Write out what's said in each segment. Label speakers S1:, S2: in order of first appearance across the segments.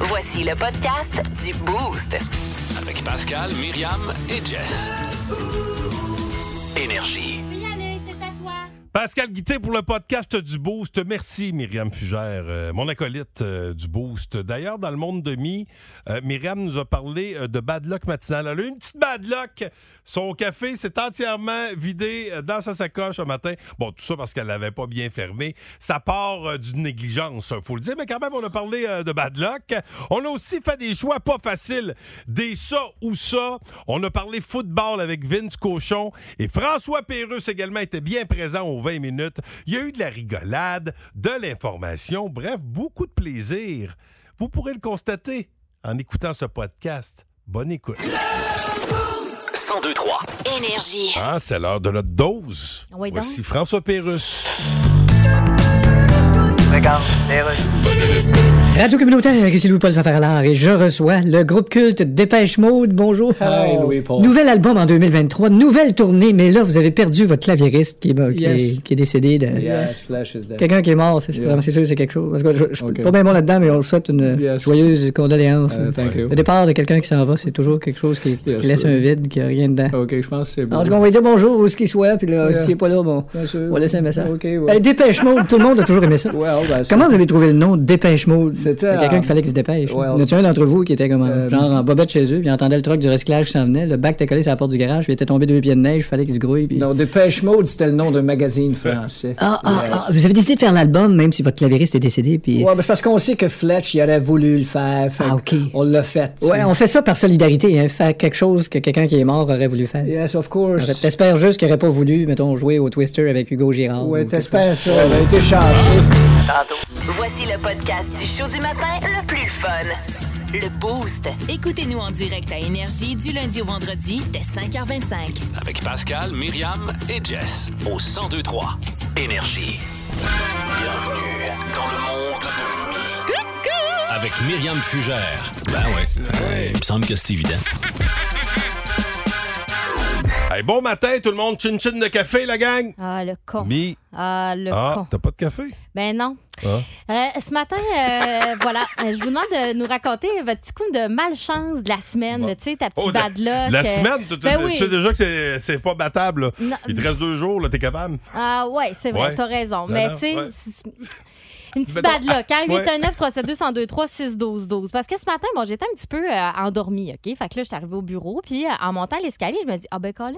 S1: Voici le podcast du Boost.
S2: Avec Pascal, Myriam et Jess. Énergie.
S3: Oui, allez, c'est à toi.
S4: Pascal Guité pour le podcast du Boost. Merci, Myriam Fugère, euh, mon acolyte euh, du Boost. D'ailleurs, dans le monde de mi, euh, Myriam nous a parlé euh, de bad luck matinal. Elle a eu une petite bad luck. Son café s'est entièrement vidé euh, dans sa sacoche ce matin. Bon, tout ça parce qu'elle l'avait pas bien fermé. Ça part euh, d'une négligence, faut le dire. Mais quand même, on a parlé euh, de bad luck. On a aussi fait des choix pas faciles. Des ça ou ça. On a parlé football avec Vince Cochon. Et François Pérusse également était bien présent aux 20 minutes. Il y a eu de la rigolade, de l'information. Bref, beaucoup de plaisir. Vous pourrez le constater en écoutant ce podcast. Bonne écoute.
S2: 1023.
S1: Énergie.
S4: Ah, c'est l'heure de notre dose.
S5: Oui, donc.
S4: Voici François Pérusse.
S6: Radio communautaire, ici Louis-Paul Fafaralard et je reçois le groupe culte Dépêche Mode. Bonjour. Oh.
S7: Hi, Louis-Paul.
S6: Nouvel album en 2023, nouvelle tournée, mais là, vous avez perdu votre claviériste qui, est- qui
S7: Yes.
S6: est, qui est décédé. De...
S7: Yes, Flash is dead.
S6: Quelqu'un qui est mort, c'est
S7: Yeah.
S6: c'est sûr, c'est quelque chose. En tout cas, je, je suis
S7: Ok.
S6: pas bien bon là-dedans, mais on vous souhaite une
S7: Yes.
S6: joyeuse condoléance.
S7: Euh, thank you.
S6: Le départ de quelqu'un qui s'en va, c'est toujours quelque chose qui, qui
S7: Yes,
S6: laisse
S7: sir.
S6: un vide, qui a rien dedans.
S7: Ok, je pense que c'est bon.
S6: En tout cas, on va lui dire bonjour où ce qu'il soit, puis là,
S7: Yeah.
S6: s'il n'est pas là, bon,
S7: Bien sûr.
S6: on va laisser un message.
S7: Ok, ouais.
S6: Eh, Dépêche Mode, tout le monde a toujours aimé ça.
S7: Well, ben, c'est-
S6: Comment vous avez trouvé le nom Dépêche Mode?
S7: C'était,
S6: Il y a quelqu'un
S7: euh,
S6: qui fallait qu'il se dépêche.
S7: ouais,
S6: Il y en a-tu un d'entre vous qui était comme en-
S7: euh,
S6: genre en bobette chez eux, puis il entendait le truc du recyclage qui s'en venait, le bac était collé sur la porte du garage, puis il était tombé deux pieds de neige, il fallait qu'il se grouille. puis-
S7: Non, Dépêche Mode, c'était le nom d'un magazine français.
S6: Ah, ah,
S7: Yes.
S6: ah, vous avez décidé de faire l'album, même si votre clavieriste est décédé, puis.
S7: Ouais, ben, c'est parce qu'on sait que Fletch, il aurait voulu le faire. fait
S6: Ah, ok.
S7: On l'a fait. tu
S6: Ouais,
S7: sais.
S6: on fait ça par solidarité, hein, faire quelque chose que quelqu'un qui est mort aurait voulu faire.
S7: Yes, of course.
S6: Alors, T'espères juste qu'il aurait pas voulu, mettons, jouer au Twister avec Hugo Girard.
S7: Ouais,
S6: ou quelque
S7: t'espères ça. On a été chanceux.
S1: Voici le podcast du show du matin le plus fun. Le Boost.
S8: Écoutez-nous en direct à Énergie du lundi au vendredi dès 5h25.
S2: Avec Pascal, Myriam et Jess. Au 1023. Énergie. Bienvenue dans le monde de Mi. Avec Myriam Fugère. Ben ouais. Il me semble que c'est évident.
S4: Hey, bon matin, tout le monde. Chin-chin de café, la gang.
S5: Ah, le con.
S4: Mi.
S5: Ah, le
S4: Ah,
S5: con.
S4: t'as pas de café?
S5: Ben non.
S4: Ah.
S5: Euh, ce matin, euh, voilà, euh, je vous demande de nous raconter votre petit coup de malchance de la semaine,
S4: Bon.
S5: là, tu sais, ta petite
S4: Oh,
S5: bad luck.
S4: la
S5: euh,
S4: semaine, tu tu-
S5: ben oui.
S4: tu sais déjà que c'est- c'est pas battable. là.
S5: non,
S4: Il te reste deux jours, là, t'es capable.
S5: Ah ouais, c'est vrai,
S4: Ouais.
S5: t'as
S4: Non,
S5: raison. mais
S4: non,
S5: tu sais,
S4: ouais.
S5: c'est- une petite
S4: Mais
S5: bad
S4: non,
S5: luck. Hein?
S4: ouais.
S5: 819 372 1023 6 12 12 Parce que ce matin, bon, j'étais un petit peu euh, endormie, OK? Fait que là, je suis arrivée au bureau, puis euh, en montant l'escalier, je me dis, ah ben Colin,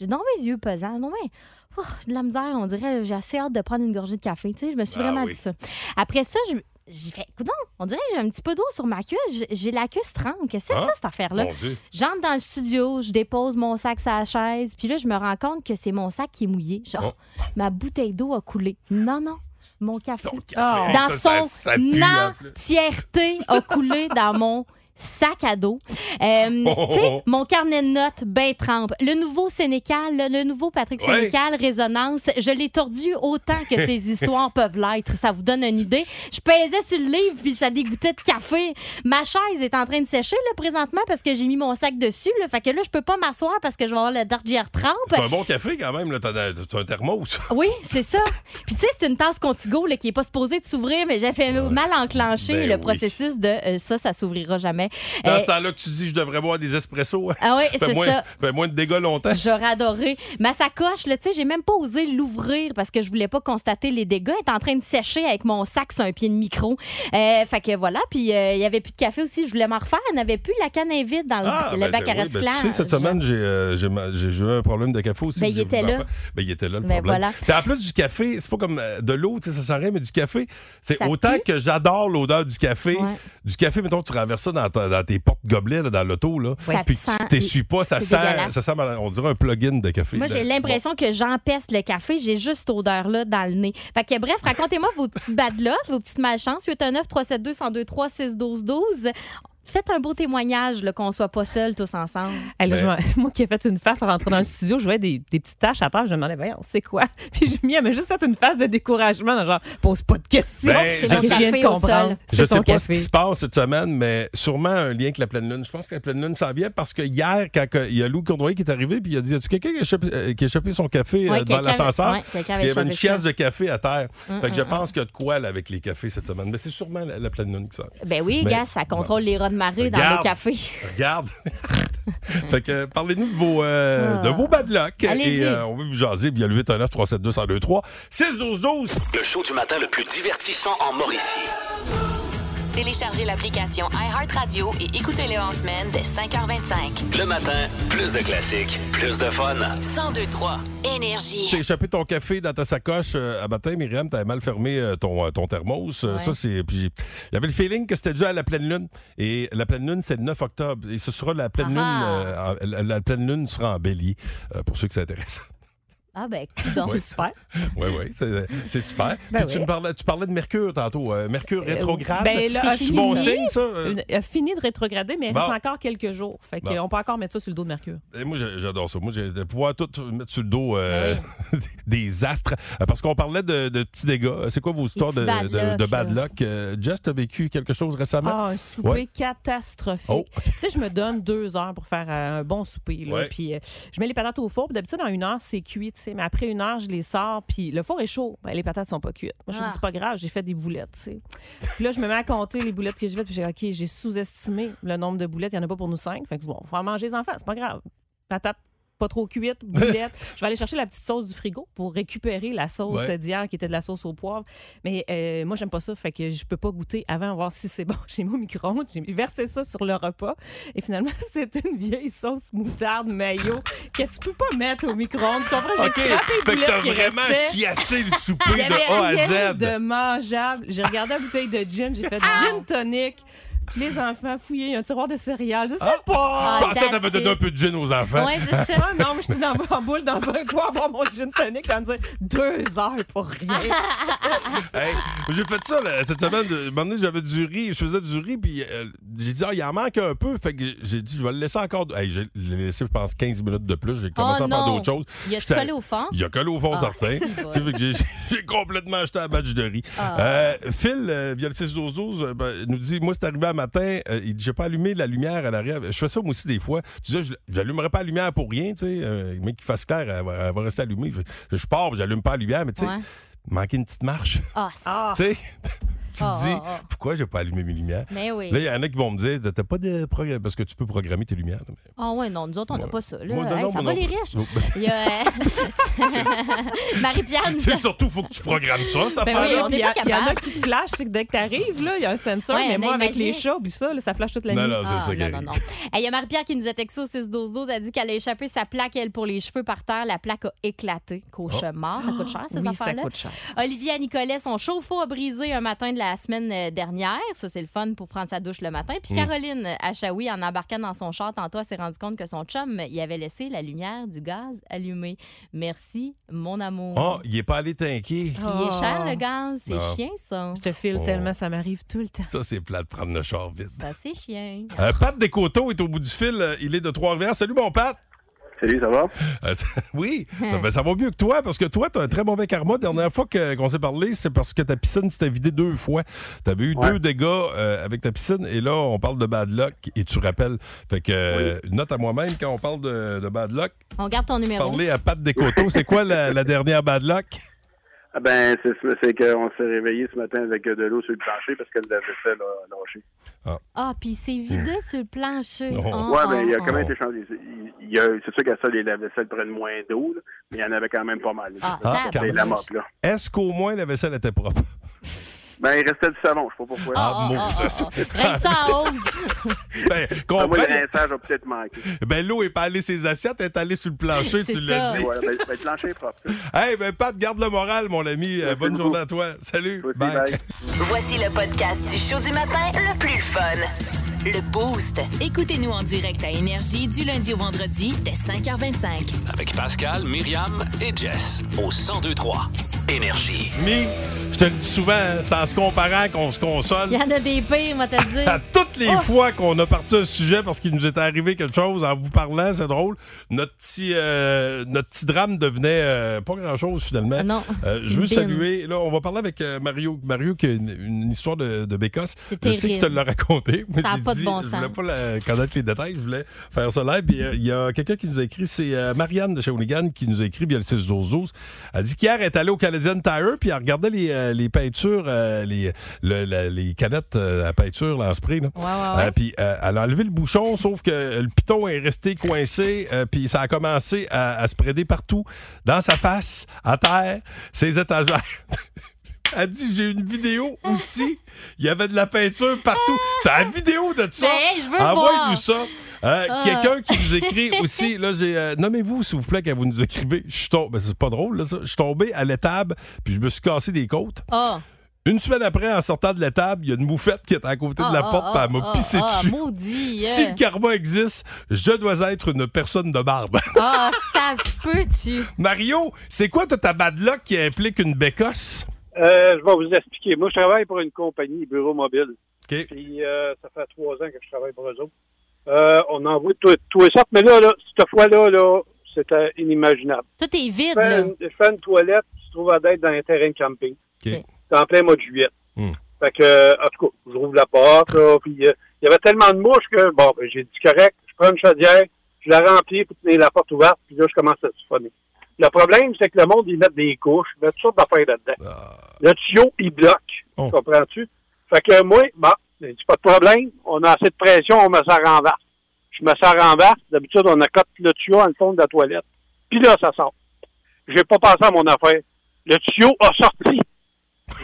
S5: j'ai dans mes yeux pesants, non mais... oh, j'ai de la misère, on dirait, j'ai assez hâte de prendre une gorgée de café. Tu sais, je me suis
S4: Ah
S5: vraiment
S4: oui.
S5: dit ça. Après ça, je, j'ai fait, coudonc, on dirait que j'ai un petit peu d'eau sur ma cuisse, j'ai, j'ai la cuisse tremble. Qu'est-ce que c'est
S4: Hein?
S5: ça, cette affaire-là?
S4: Mon Dieu.
S5: J'entre dans le studio, je dépose mon sac sur la chaise, puis là, je me rends compte que c'est mon sac qui est mouillé. Genre,
S4: Oh.
S5: ma bouteille d'eau a coulé. Non, non, mon café.
S4: Ton café,
S5: Dans
S4: ça, ça-
S5: son
S4: ça pue, là, en plus.
S5: entièreté a coulé dans mon sac à dos. Euh,
S4: Oh, oh,
S5: tu sais,
S4: oh.
S5: mon carnet de notes, ben trempe. Le nouveau Sénécal, le, le nouveau Patrick
S4: Ouais.
S5: Sénécal, Résonance, je l'ai tordu autant que ces histoires peuvent l'être. Ça vous donne une idée. Je pesais sur le livre, puis ça dégoûtait de café. Ma chaise est en train de sécher, là, présentement, parce que j'ai mis mon sac dessus, là. Fait que là, je peux pas m'asseoir parce que je vais avoir la dardière trempe.
S4: C'est un bon café, quand même. là. T'as t'as un thermos.
S5: Oui, c'est ça. Puis tu sais, c'est une tasse Contigo là, qui est pas supposée de s'ouvrir, mais j'ai fait mal enclencher
S4: Ah, Ben
S5: le
S4: oui.
S5: processus de euh, ça, ça s'ouvrira jamais.
S4: Dans
S5: Euh,
S4: ce temps-là que tu dis, je devrais boire des espressos. hein.
S5: ah oui,
S4: Fais
S5: c'est
S4: moins,
S5: ça.
S4: fais moins de dégâts longtemps.
S5: J'aurais adoré. Ma sacoche, là, tu sais, j'ai même pas osé l'ouvrir parce que je voulais pas constater les dégâts. Elle est en train de sécher avec mon sac sur un pied de micro. Euh, fait que voilà. Puis euh, il y avait plus de café aussi. Je voulais m'en refaire. Elle n'avait plus la canne à vide dans le, le
S4: ben,
S5: bac
S4: c'est-
S5: à
S4: oui, ben,
S5: recyclage.
S4: tu sais, cette semaine, j'ai euh, j'ai ma- j'ai- j'ai eu un problème de café aussi.
S5: Ben,
S4: que
S5: il
S4: j'ai
S5: était
S4: voulu
S5: là.
S4: faire. Ben, il était là, le
S5: Ben,
S4: problème.
S5: voilà.
S4: Puis en plus du café, c'est pas comme euh, de l'eau, tu sais, ça sent rien, mais du café, c'est
S5: Ça
S4: autant que j'adore l'odeur du café.
S5: Ouais.
S4: Du café, mettons, tu renverses ça dans, ta- dans tes portes gobelets là, dans l'auto, là,
S5: Ça
S4: puis
S5: sent-
S4: tu t'essuies pas, ça
S5: c'est
S4: sent,
S5: dégueulasse.
S4: ça sent, mal- on dirait un plugin de café.
S5: Moi, j'ai
S4: ben, Bon.
S5: l'impression que j'empeste le café. J'ai juste cette odeur-là dans le nez. Fait que, bref, racontez-moi vos petites bad luck, vos petites malchances. 819 372 1023 6 12 12 Faites un beau témoignage là, qu'on soit pas seuls tous ensemble.
S3: Elle, je
S4: Ben.
S3: m'en- moi qui ai fait une face avant d'entrer dans le studio, je voyais des, des petites taches à terre. Je me demandais, voyons, c'est quoi? Puis Jimmy, elle m'a juste fait une face de découragement, dans genre, pose pas de questions.
S4: Ben,
S5: C'est
S3: je
S5: mon
S3: viens de
S5: café au
S3: comprendre.
S5: sol.
S3: C'est
S4: Je sais
S3: ton
S4: pas ce
S3: café.
S4: qui se passe cette semaine, mais sûrement un lien avec la pleine lune. Je pense que la pleine lune s'en vient parce que hier, quand que- il y a Lou Cournoyer qui est arrivé, puis il a dit, y a-tu quelqu'un qui a échappé- euh, qui a échappé son café
S5: Ouais,
S4: euh, dans
S5: quelqu'un-
S4: l'ascenseur?
S5: ouais,
S4: Puis
S5: quelqu'un avait
S4: il y avait
S5: échappé
S4: une
S5: ça.
S4: chiasse de café à terre.
S5: Hum,
S4: fait que je
S5: hum,
S4: pense qu'il y a de quoi là, avec les cafés cette semaine. Mais c'est sûrement la, la pleine lune qui sort.
S5: Ben oui,
S4: Mais-
S5: gars, ça contrôle les rats de marée dans
S4: Regarde.
S5: le café.
S4: Regarde. fait que euh, parlez-nous de vos, euh,
S5: Ah.
S4: de vos bad luck.
S5: Allez-y.
S4: Et euh, on veut vous jaser. Puis il y a le 819 372 1023 6 12 12
S2: Le show du matin le plus divertissant en Mauricie.
S8: Téléchargez l'application iHeartRadio et écoutez-le en semaine dès 5h25.
S2: Le matin, plus de classiques, plus de fun.
S8: 1023 Énergie.
S4: T'as échappé ton café dans ta sacoche euh, à matin, Myriam, t'avais mal fermé euh, ton, euh, ton thermos. Euh,
S5: Ouais.
S4: Ça, c'est. puis j'ai- J'avais le feeling que c'était dû à la pleine lune. Et la pleine lune, c'est le 9 octobre. Et ce sera la pleine
S5: Ah
S4: lune. euh, en- la, la pleine lune sera en bélier, euh, pour ceux que ça intéresse.
S5: Ah ben, donc.
S3: C'est super.
S4: oui, oui, c'est c'est super.
S3: Ben
S4: Puis tu,
S3: oui.
S4: me parlais, tu parlais de Mercure tantôt. euh, Mercure
S3: Euh,
S4: rétrograde.
S3: ben là,
S4: c'est
S5: c'est
S4: bon
S5: fini.
S4: signe, ça. Euh,
S3: Une- a fini de rétrograder, mais il
S4: Bon.
S3: reste encore quelques jours. Fait que
S4: Bon.
S3: euh, on peut encore mettre ça sur le dos de Mercure.
S4: Et moi, j'ai- j'adore ça. Moi, j'ai de pouvoir tout mettre sur le dos euh, des astres. Euh, Parce qu'on parlait de, de petits dégâts. Euh, C'est quoi vos histoires de,
S5: petits
S4: de-
S5: bad
S4: de
S5: luck,
S4: bad
S5: là.
S4: luck? Euh, Jess, t'as vécu quelque chose récemment?
S3: Ah, un souper
S4: Ouais.
S3: catastrophique.
S4: Oh.
S3: tu sais, je me donne deux heures pour faire euh, un bon souper. Là,
S4: Ouais.
S3: Puis euh, je mets les patates au four. Puis D'habitude, en une heure, c'est cuit. tu sais, Mais après une heure, je les sors. Puis le four est chaud. Ben, les patates sont pas cuites. Moi, je me
S5: Ah.
S3: dis, c'est pas grave, j'ai fait des boulettes. tu sais. Puis là, je me mets à compter les boulettes que j'ai faites. Puis j'ai OK, j'ai sous-estimé le nombre de boulettes. Il n'y en a pas pour nous cinq. Fait que bon, on va en manger les enfants. C'est pas grave. Patates pas trop cuites, boulettes. je vais aller chercher la petite sauce du frigo pour récupérer la sauce
S4: Ouais.
S3: d'hier qui était de la sauce au poivre. Mais euh, moi, j'aime pas ça. Fait que je peux pas goûter avant, voir si c'est bon. J'ai mis au micro-ondes, j'ai versé ça sur le repas. Et finalement, c'était une vieille sauce moutarde mayo que tu peux pas mettre au micro-ondes. Tu comprends? J'ai scrappé les
S4: Fait que
S3: boulettes
S4: t'as
S3: qui
S4: vraiment
S3: restaient.
S4: chiassé le
S3: Il y
S4: souper
S3: avait
S4: de A à
S3: rien
S4: Z. Ah!
S3: de mangeable. J'ai regardé la bouteille de gin, j'ai fait gin tonic. Puis Les enfants fouillaient, il y a un tiroir de céréales. Je sais pas!
S4: Je
S5: Ah,
S4: pensais que t'avais
S5: that's
S4: donné
S5: it.
S4: un peu de gin aux enfants.
S5: Ouais, c'est ça.
S3: Ah non, mais je suis dans, en boule dans un coin à boire mon gin tonic, ça me dire deux heures pour rien.
S4: Hey, j'ai fait ça là, cette semaine. À un moment donné, j'avais du riz. Je faisais du riz, puis euh, j'ai dit, ah, il en manque un peu. Fait que j'ai dit, je vais le laisser encore. Hey, j'ai- je l'ai laissé, je pense, 15 minutes de plus. J'ai commencé
S5: Oh
S4: à faire
S5: non.
S4: d'autres choses.
S5: Il a-tu
S4: J'étais-
S5: collé au fond?
S4: Il y a collé au fond,
S5: Ah,
S4: certain.
S5: c'est bon.
S4: Tu sais, fait que j'ai- j'ai complètement acheté un badge de riz.
S5: Ah.
S4: Euh, Phil, euh, via le 612, euh, ben, nous dit Moi, c'est arrivé un matin, euh, il dit J'ai pas allumé la lumière à l'arrière. Je fais ça, moi aussi, des fois. Tu disais, je- J'allumerai pas la lumière pour rien, tu sais. euh, mais qu'il fasse clair, elle va, elle va rester allumée. Je, je pars, j'allume pas la lumière, mais tu sais,
S5: Ouais.
S4: manquer une petite marche.
S5: Ah, c'est-
S3: Ah,
S4: Tu sais, tu
S5: Ah,
S4: te dis
S5: ah, ah.
S4: Pourquoi j'ai pas allumé mes lumières
S5: Mais oui.
S4: Là, il y en a qui vont me dire T'as pas de progr- parce que tu peux programmer tes lumières. là, mais-
S5: Ah ouais, non, nous autres, on n'a
S4: Ouais.
S5: pas ça. Là,
S4: Moi, non,
S5: Hey,
S4: non,
S5: ça
S4: moi
S5: va
S4: non
S5: les
S4: plus.
S5: riches. Il y a, euh, Marie-Pierre nous
S4: C'est
S5: a-
S4: surtout, faut que tu programmes ça, cette
S5: Ben
S4: affaire-là.
S5: oui, on
S3: Ah Puis
S5: est
S3: il y, a-
S5: pas
S3: il y en a
S5: capable.
S3: qui flashent, c'est que dès que t'arrives, là, il y a un sensor,
S5: Ouais,
S3: mais
S5: mais
S3: moi, avec
S5: imagine.
S3: les chats, puis ça, là, ça flash toute la
S4: Non,
S3: nuit.
S4: non, c'est
S5: Ah,
S4: ça,
S5: non,
S4: Gary.
S5: non, non. Hey, Il y a Marie-Pierre qui nous a texté au 6-12-12. Elle dit qu'elle a échappé sa plaque, elle, pour les cheveux par terre. La plaque a éclaté. Cauchemar. Ça coûte cher, ces
S3: Ah! Oui, ça
S5: affaires-là.
S3: coûte cher.
S5: Olivier et Nicolas, son chauffe-eau a brisé un matin de la semaine euh, dernière. Ça, c'est le fun pour prendre sa douche le matin.
S4: Mm.
S5: Puis Caroline euh, à Chaoui, en embarquant dans son char, tantôt, elle s'est rendue compte que son chum, il avait laissé la lumière du gaz allumée. Merci, mon amour.
S4: Oh, il est pas allé t'inquiéter.
S5: Puis il est cher, le gaz. C'est
S4: Ah.
S5: chien, ça.
S3: Je te file
S4: Oh.
S3: tellement, ça m'arrive tout le temps.
S4: Ça, c'est plat de prendre le char vide.
S5: Ça, c'est chien.
S4: Euh, Pat Descoteaux est au bout du fil. euh, Il est de Trois-Rivières. Salut, mon Pat.
S9: Salut, ça va?
S4: Euh, ça- oui, Ben, ben, ça va mieux que toi parce que toi, t'as un très mauvais karma. Dernière fois que- qu'on s'est parlé, c'est parce que ta piscine s'était vidée deux fois. T'avais eu
S9: Ouais.
S4: deux dégâts euh, avec ta piscine et là, on parle de bad luck et tu rappelles. Fait que, euh, une note à moi-même, quand on parle de, de bad luck,
S5: On garde ton numéro.
S4: parler à Pat Descoteaux, c'est quoi la, la dernière bad luck?
S9: Ah ben, c'est c'est qu'on s'est réveillé ce matin avec de l'eau sur le plancher parce que la vaisselle a lâché.
S5: Ah, puis c'est vidé
S4: Hum.
S5: sur le plancher.
S4: Non.
S5: Ah,
S9: Ouais,
S5: ah,
S9: mais il y a
S4: oh,
S5: ah.
S9: quand même été changé. Il- il y a- C'est sûr qu'à ça, les lave-vaisselles prennent moins d'eau, là, mais il y en avait quand même pas mal.
S5: Ah,
S4: Ah,
S9: C'est
S5: tabarnouche.
S9: Ben, la mort, là.
S4: Est-ce qu'au moins la vaisselle était propre?
S9: Ben, il restait du savon, je sais pas pourquoi.
S5: Ah, ah,
S4: maudit,
S5: ah,
S4: ça,
S5: ah, ah. Rince ça en hausse.
S4: Ben,
S9: Ah, moi,
S4: comprends,
S9: le rinçage a peut-être manqué.
S4: ben, l'eau est pas allée ses assiettes, elle est allée sur le plancher,
S5: C'est
S4: tu l'as
S5: ça.
S9: Ben,
S4: dit.
S9: ouais, ben, ben, le plancher est propre. ça.
S4: Hey, ben Pat, garde le moral, mon ami. Euh,
S9: Merci
S4: bonne
S9: beaucoup.
S4: journée à toi. Salut.
S9: Toi aussi,
S4: Bye.
S9: bye.
S1: Voici le podcast du show du matin le plus fun. Le Boost.
S8: Écoutez-nous en direct à Énergie du lundi au vendredi dès 5h25.
S2: Avec Pascal, Myriam et Jess au 1023 Énergie.
S4: Mi, Je te le dis souvent, hein, c'est en se comparant qu'on se console.
S5: Il y en a des pires, moi, te le
S4: À
S5: dire.
S4: toutes les
S5: Oh!
S4: fois qu'on a parti un sujet parce qu'il nous était arrivé quelque chose en vous parlant, c'est drôle, notre petit, euh, notre petit drame devenait euh, pas grand-chose finalement.
S5: Ah non.
S4: Euh, je veux
S5: Bin.
S4: saluer, là, on va parler avec euh, Mario, Mario qui a une, une histoire de, de Bécosse.
S5: C'est
S4: Je sais
S5: terrible.
S4: qu'il te l'a raconté. mais
S5: Ça a
S4: j'ai
S5: pas de
S4: dit,
S5: bon
S4: Je voulais
S5: sens.
S4: pas la- connaître les détails, je voulais faire ça live. Puis, euh, Il y a quelqu'un qui nous a écrit, c'est euh, Marianne de Shawinigan qui nous a écrit via le 6 Elle dit qu'hier, elle est allée au Canadian Tire, puis elle regardait les, euh, les peintures, euh, les, le- la- les canettes euh, à peinture, là, en spray. là.
S5: Ouais, ouais, ouais.
S4: Euh, puis euh, elle a enlevé le bouchon, sauf que euh, le piton est resté coincé, euh, puis ça a commencé à, à se préder partout, dans sa face, à terre, ses étagères. elle dit J'ai une vidéo aussi, il y avait de la peinture partout. T'as la vidéo de ça
S5: Mais Ben, hey, je veux
S4: Envoie-nous
S5: voir.
S4: ça. Euh,
S5: Ah.
S4: Quelqu'un qui nous écrit aussi, là, j'ai. euh, nommez-vous, s'il vous plaît, quand vous nous écrivez. Je suis tombé, c'est pas drôle, là, ça. Je suis tombé à l'étable, puis je me suis cassé des côtes.
S5: Ah,
S4: Une semaine après, en sortant de l'étable, il y a une moufette qui est à côté de la porte, puis elle m'a pissé
S5: ah,
S4: dessus.
S5: maudit.
S4: Si
S5: euh.
S4: le karma existe, je dois être une personne de barbe.
S5: Ah, ça se peut, tu.
S4: Mario, c'est quoi toute ta bad luck qui implique une bécosse?
S9: Euh, je vais vous expliquer. Moi, je travaille pour une compagnie, Bureau Mobile.
S4: OK.
S9: Puis euh, ça fait trois ans que je travaille pour eux autres. Euh, on envoie tout, tout et ça. Mais là, là, cette fois-là, là, c'était inimaginable.
S5: Tout est vide,
S9: Je fais,
S5: là.
S9: une, je fais une toilette qui se trouve à être dans un terrain de camping.
S4: OK.
S9: C'est en plein mois de juillet.
S4: Hmm.
S9: Fait que, euh, en tout cas, je rouvre la porte, là, puis euh, il y avait tellement de mouches que, bon, ben, j'ai dit correct, je prends une chaudière, je la remplis pour tenir la porte ouverte, puis là, je commence à siphonner. Le problème, c'est que le monde, ils mettent des couches, ils mettent toutes sortes d'affaires là-dedans. Le tuyau, il bloque.
S4: Ah. Oh.
S9: Comprends-tu? Fait que moi, bah, bon, j'ai dit, pas de problème, on a assez de pression, on me sert en vaste. Je me sers en vaste, d'habitude, on accote le tuyau en le fond de la toilette. Puis là, ça sort. J'ai pas pensé à mon affaire. Le tuyau a sorti.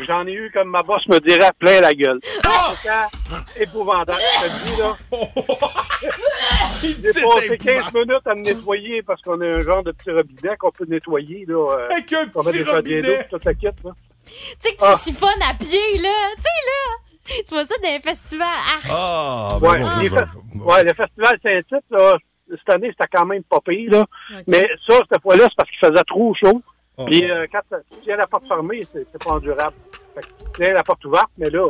S9: J'en ai eu, comme ma boss me dirait, plein la gueule.
S4: Ah!
S5: Ah!
S9: C'était épouvantable. Je te dis, là, j'ai passé 15 minutes à me nettoyer parce qu'on a un genre de petit robinet qu'on peut nettoyer, là. euh,
S4: Avec un
S9: qu'on met
S4: petit
S9: des chaudières d'eau,
S4: robinet!
S9: puis toute la kit, là.
S5: Tu sais que tu
S9: Ah.
S5: siphonnes à pied, là. Tu sais, là. Tu vois ça dans les festivals. Ah,
S4: Ah, ben
S9: Ouais,
S4: bon,
S9: les
S4: je vais-
S9: fa- ouais, le festival Saint-Tite, là, cette année, c'était quand même pas pire, là. Mais ça, cette fois-là, c'est parce qu'il faisait trop chaud.
S4: Oh.
S9: Puis euh, quand ça- tu tiens la porte fermée, c'est c'est pas endurable. Fait que tu tiens la porte ouverte, mais là,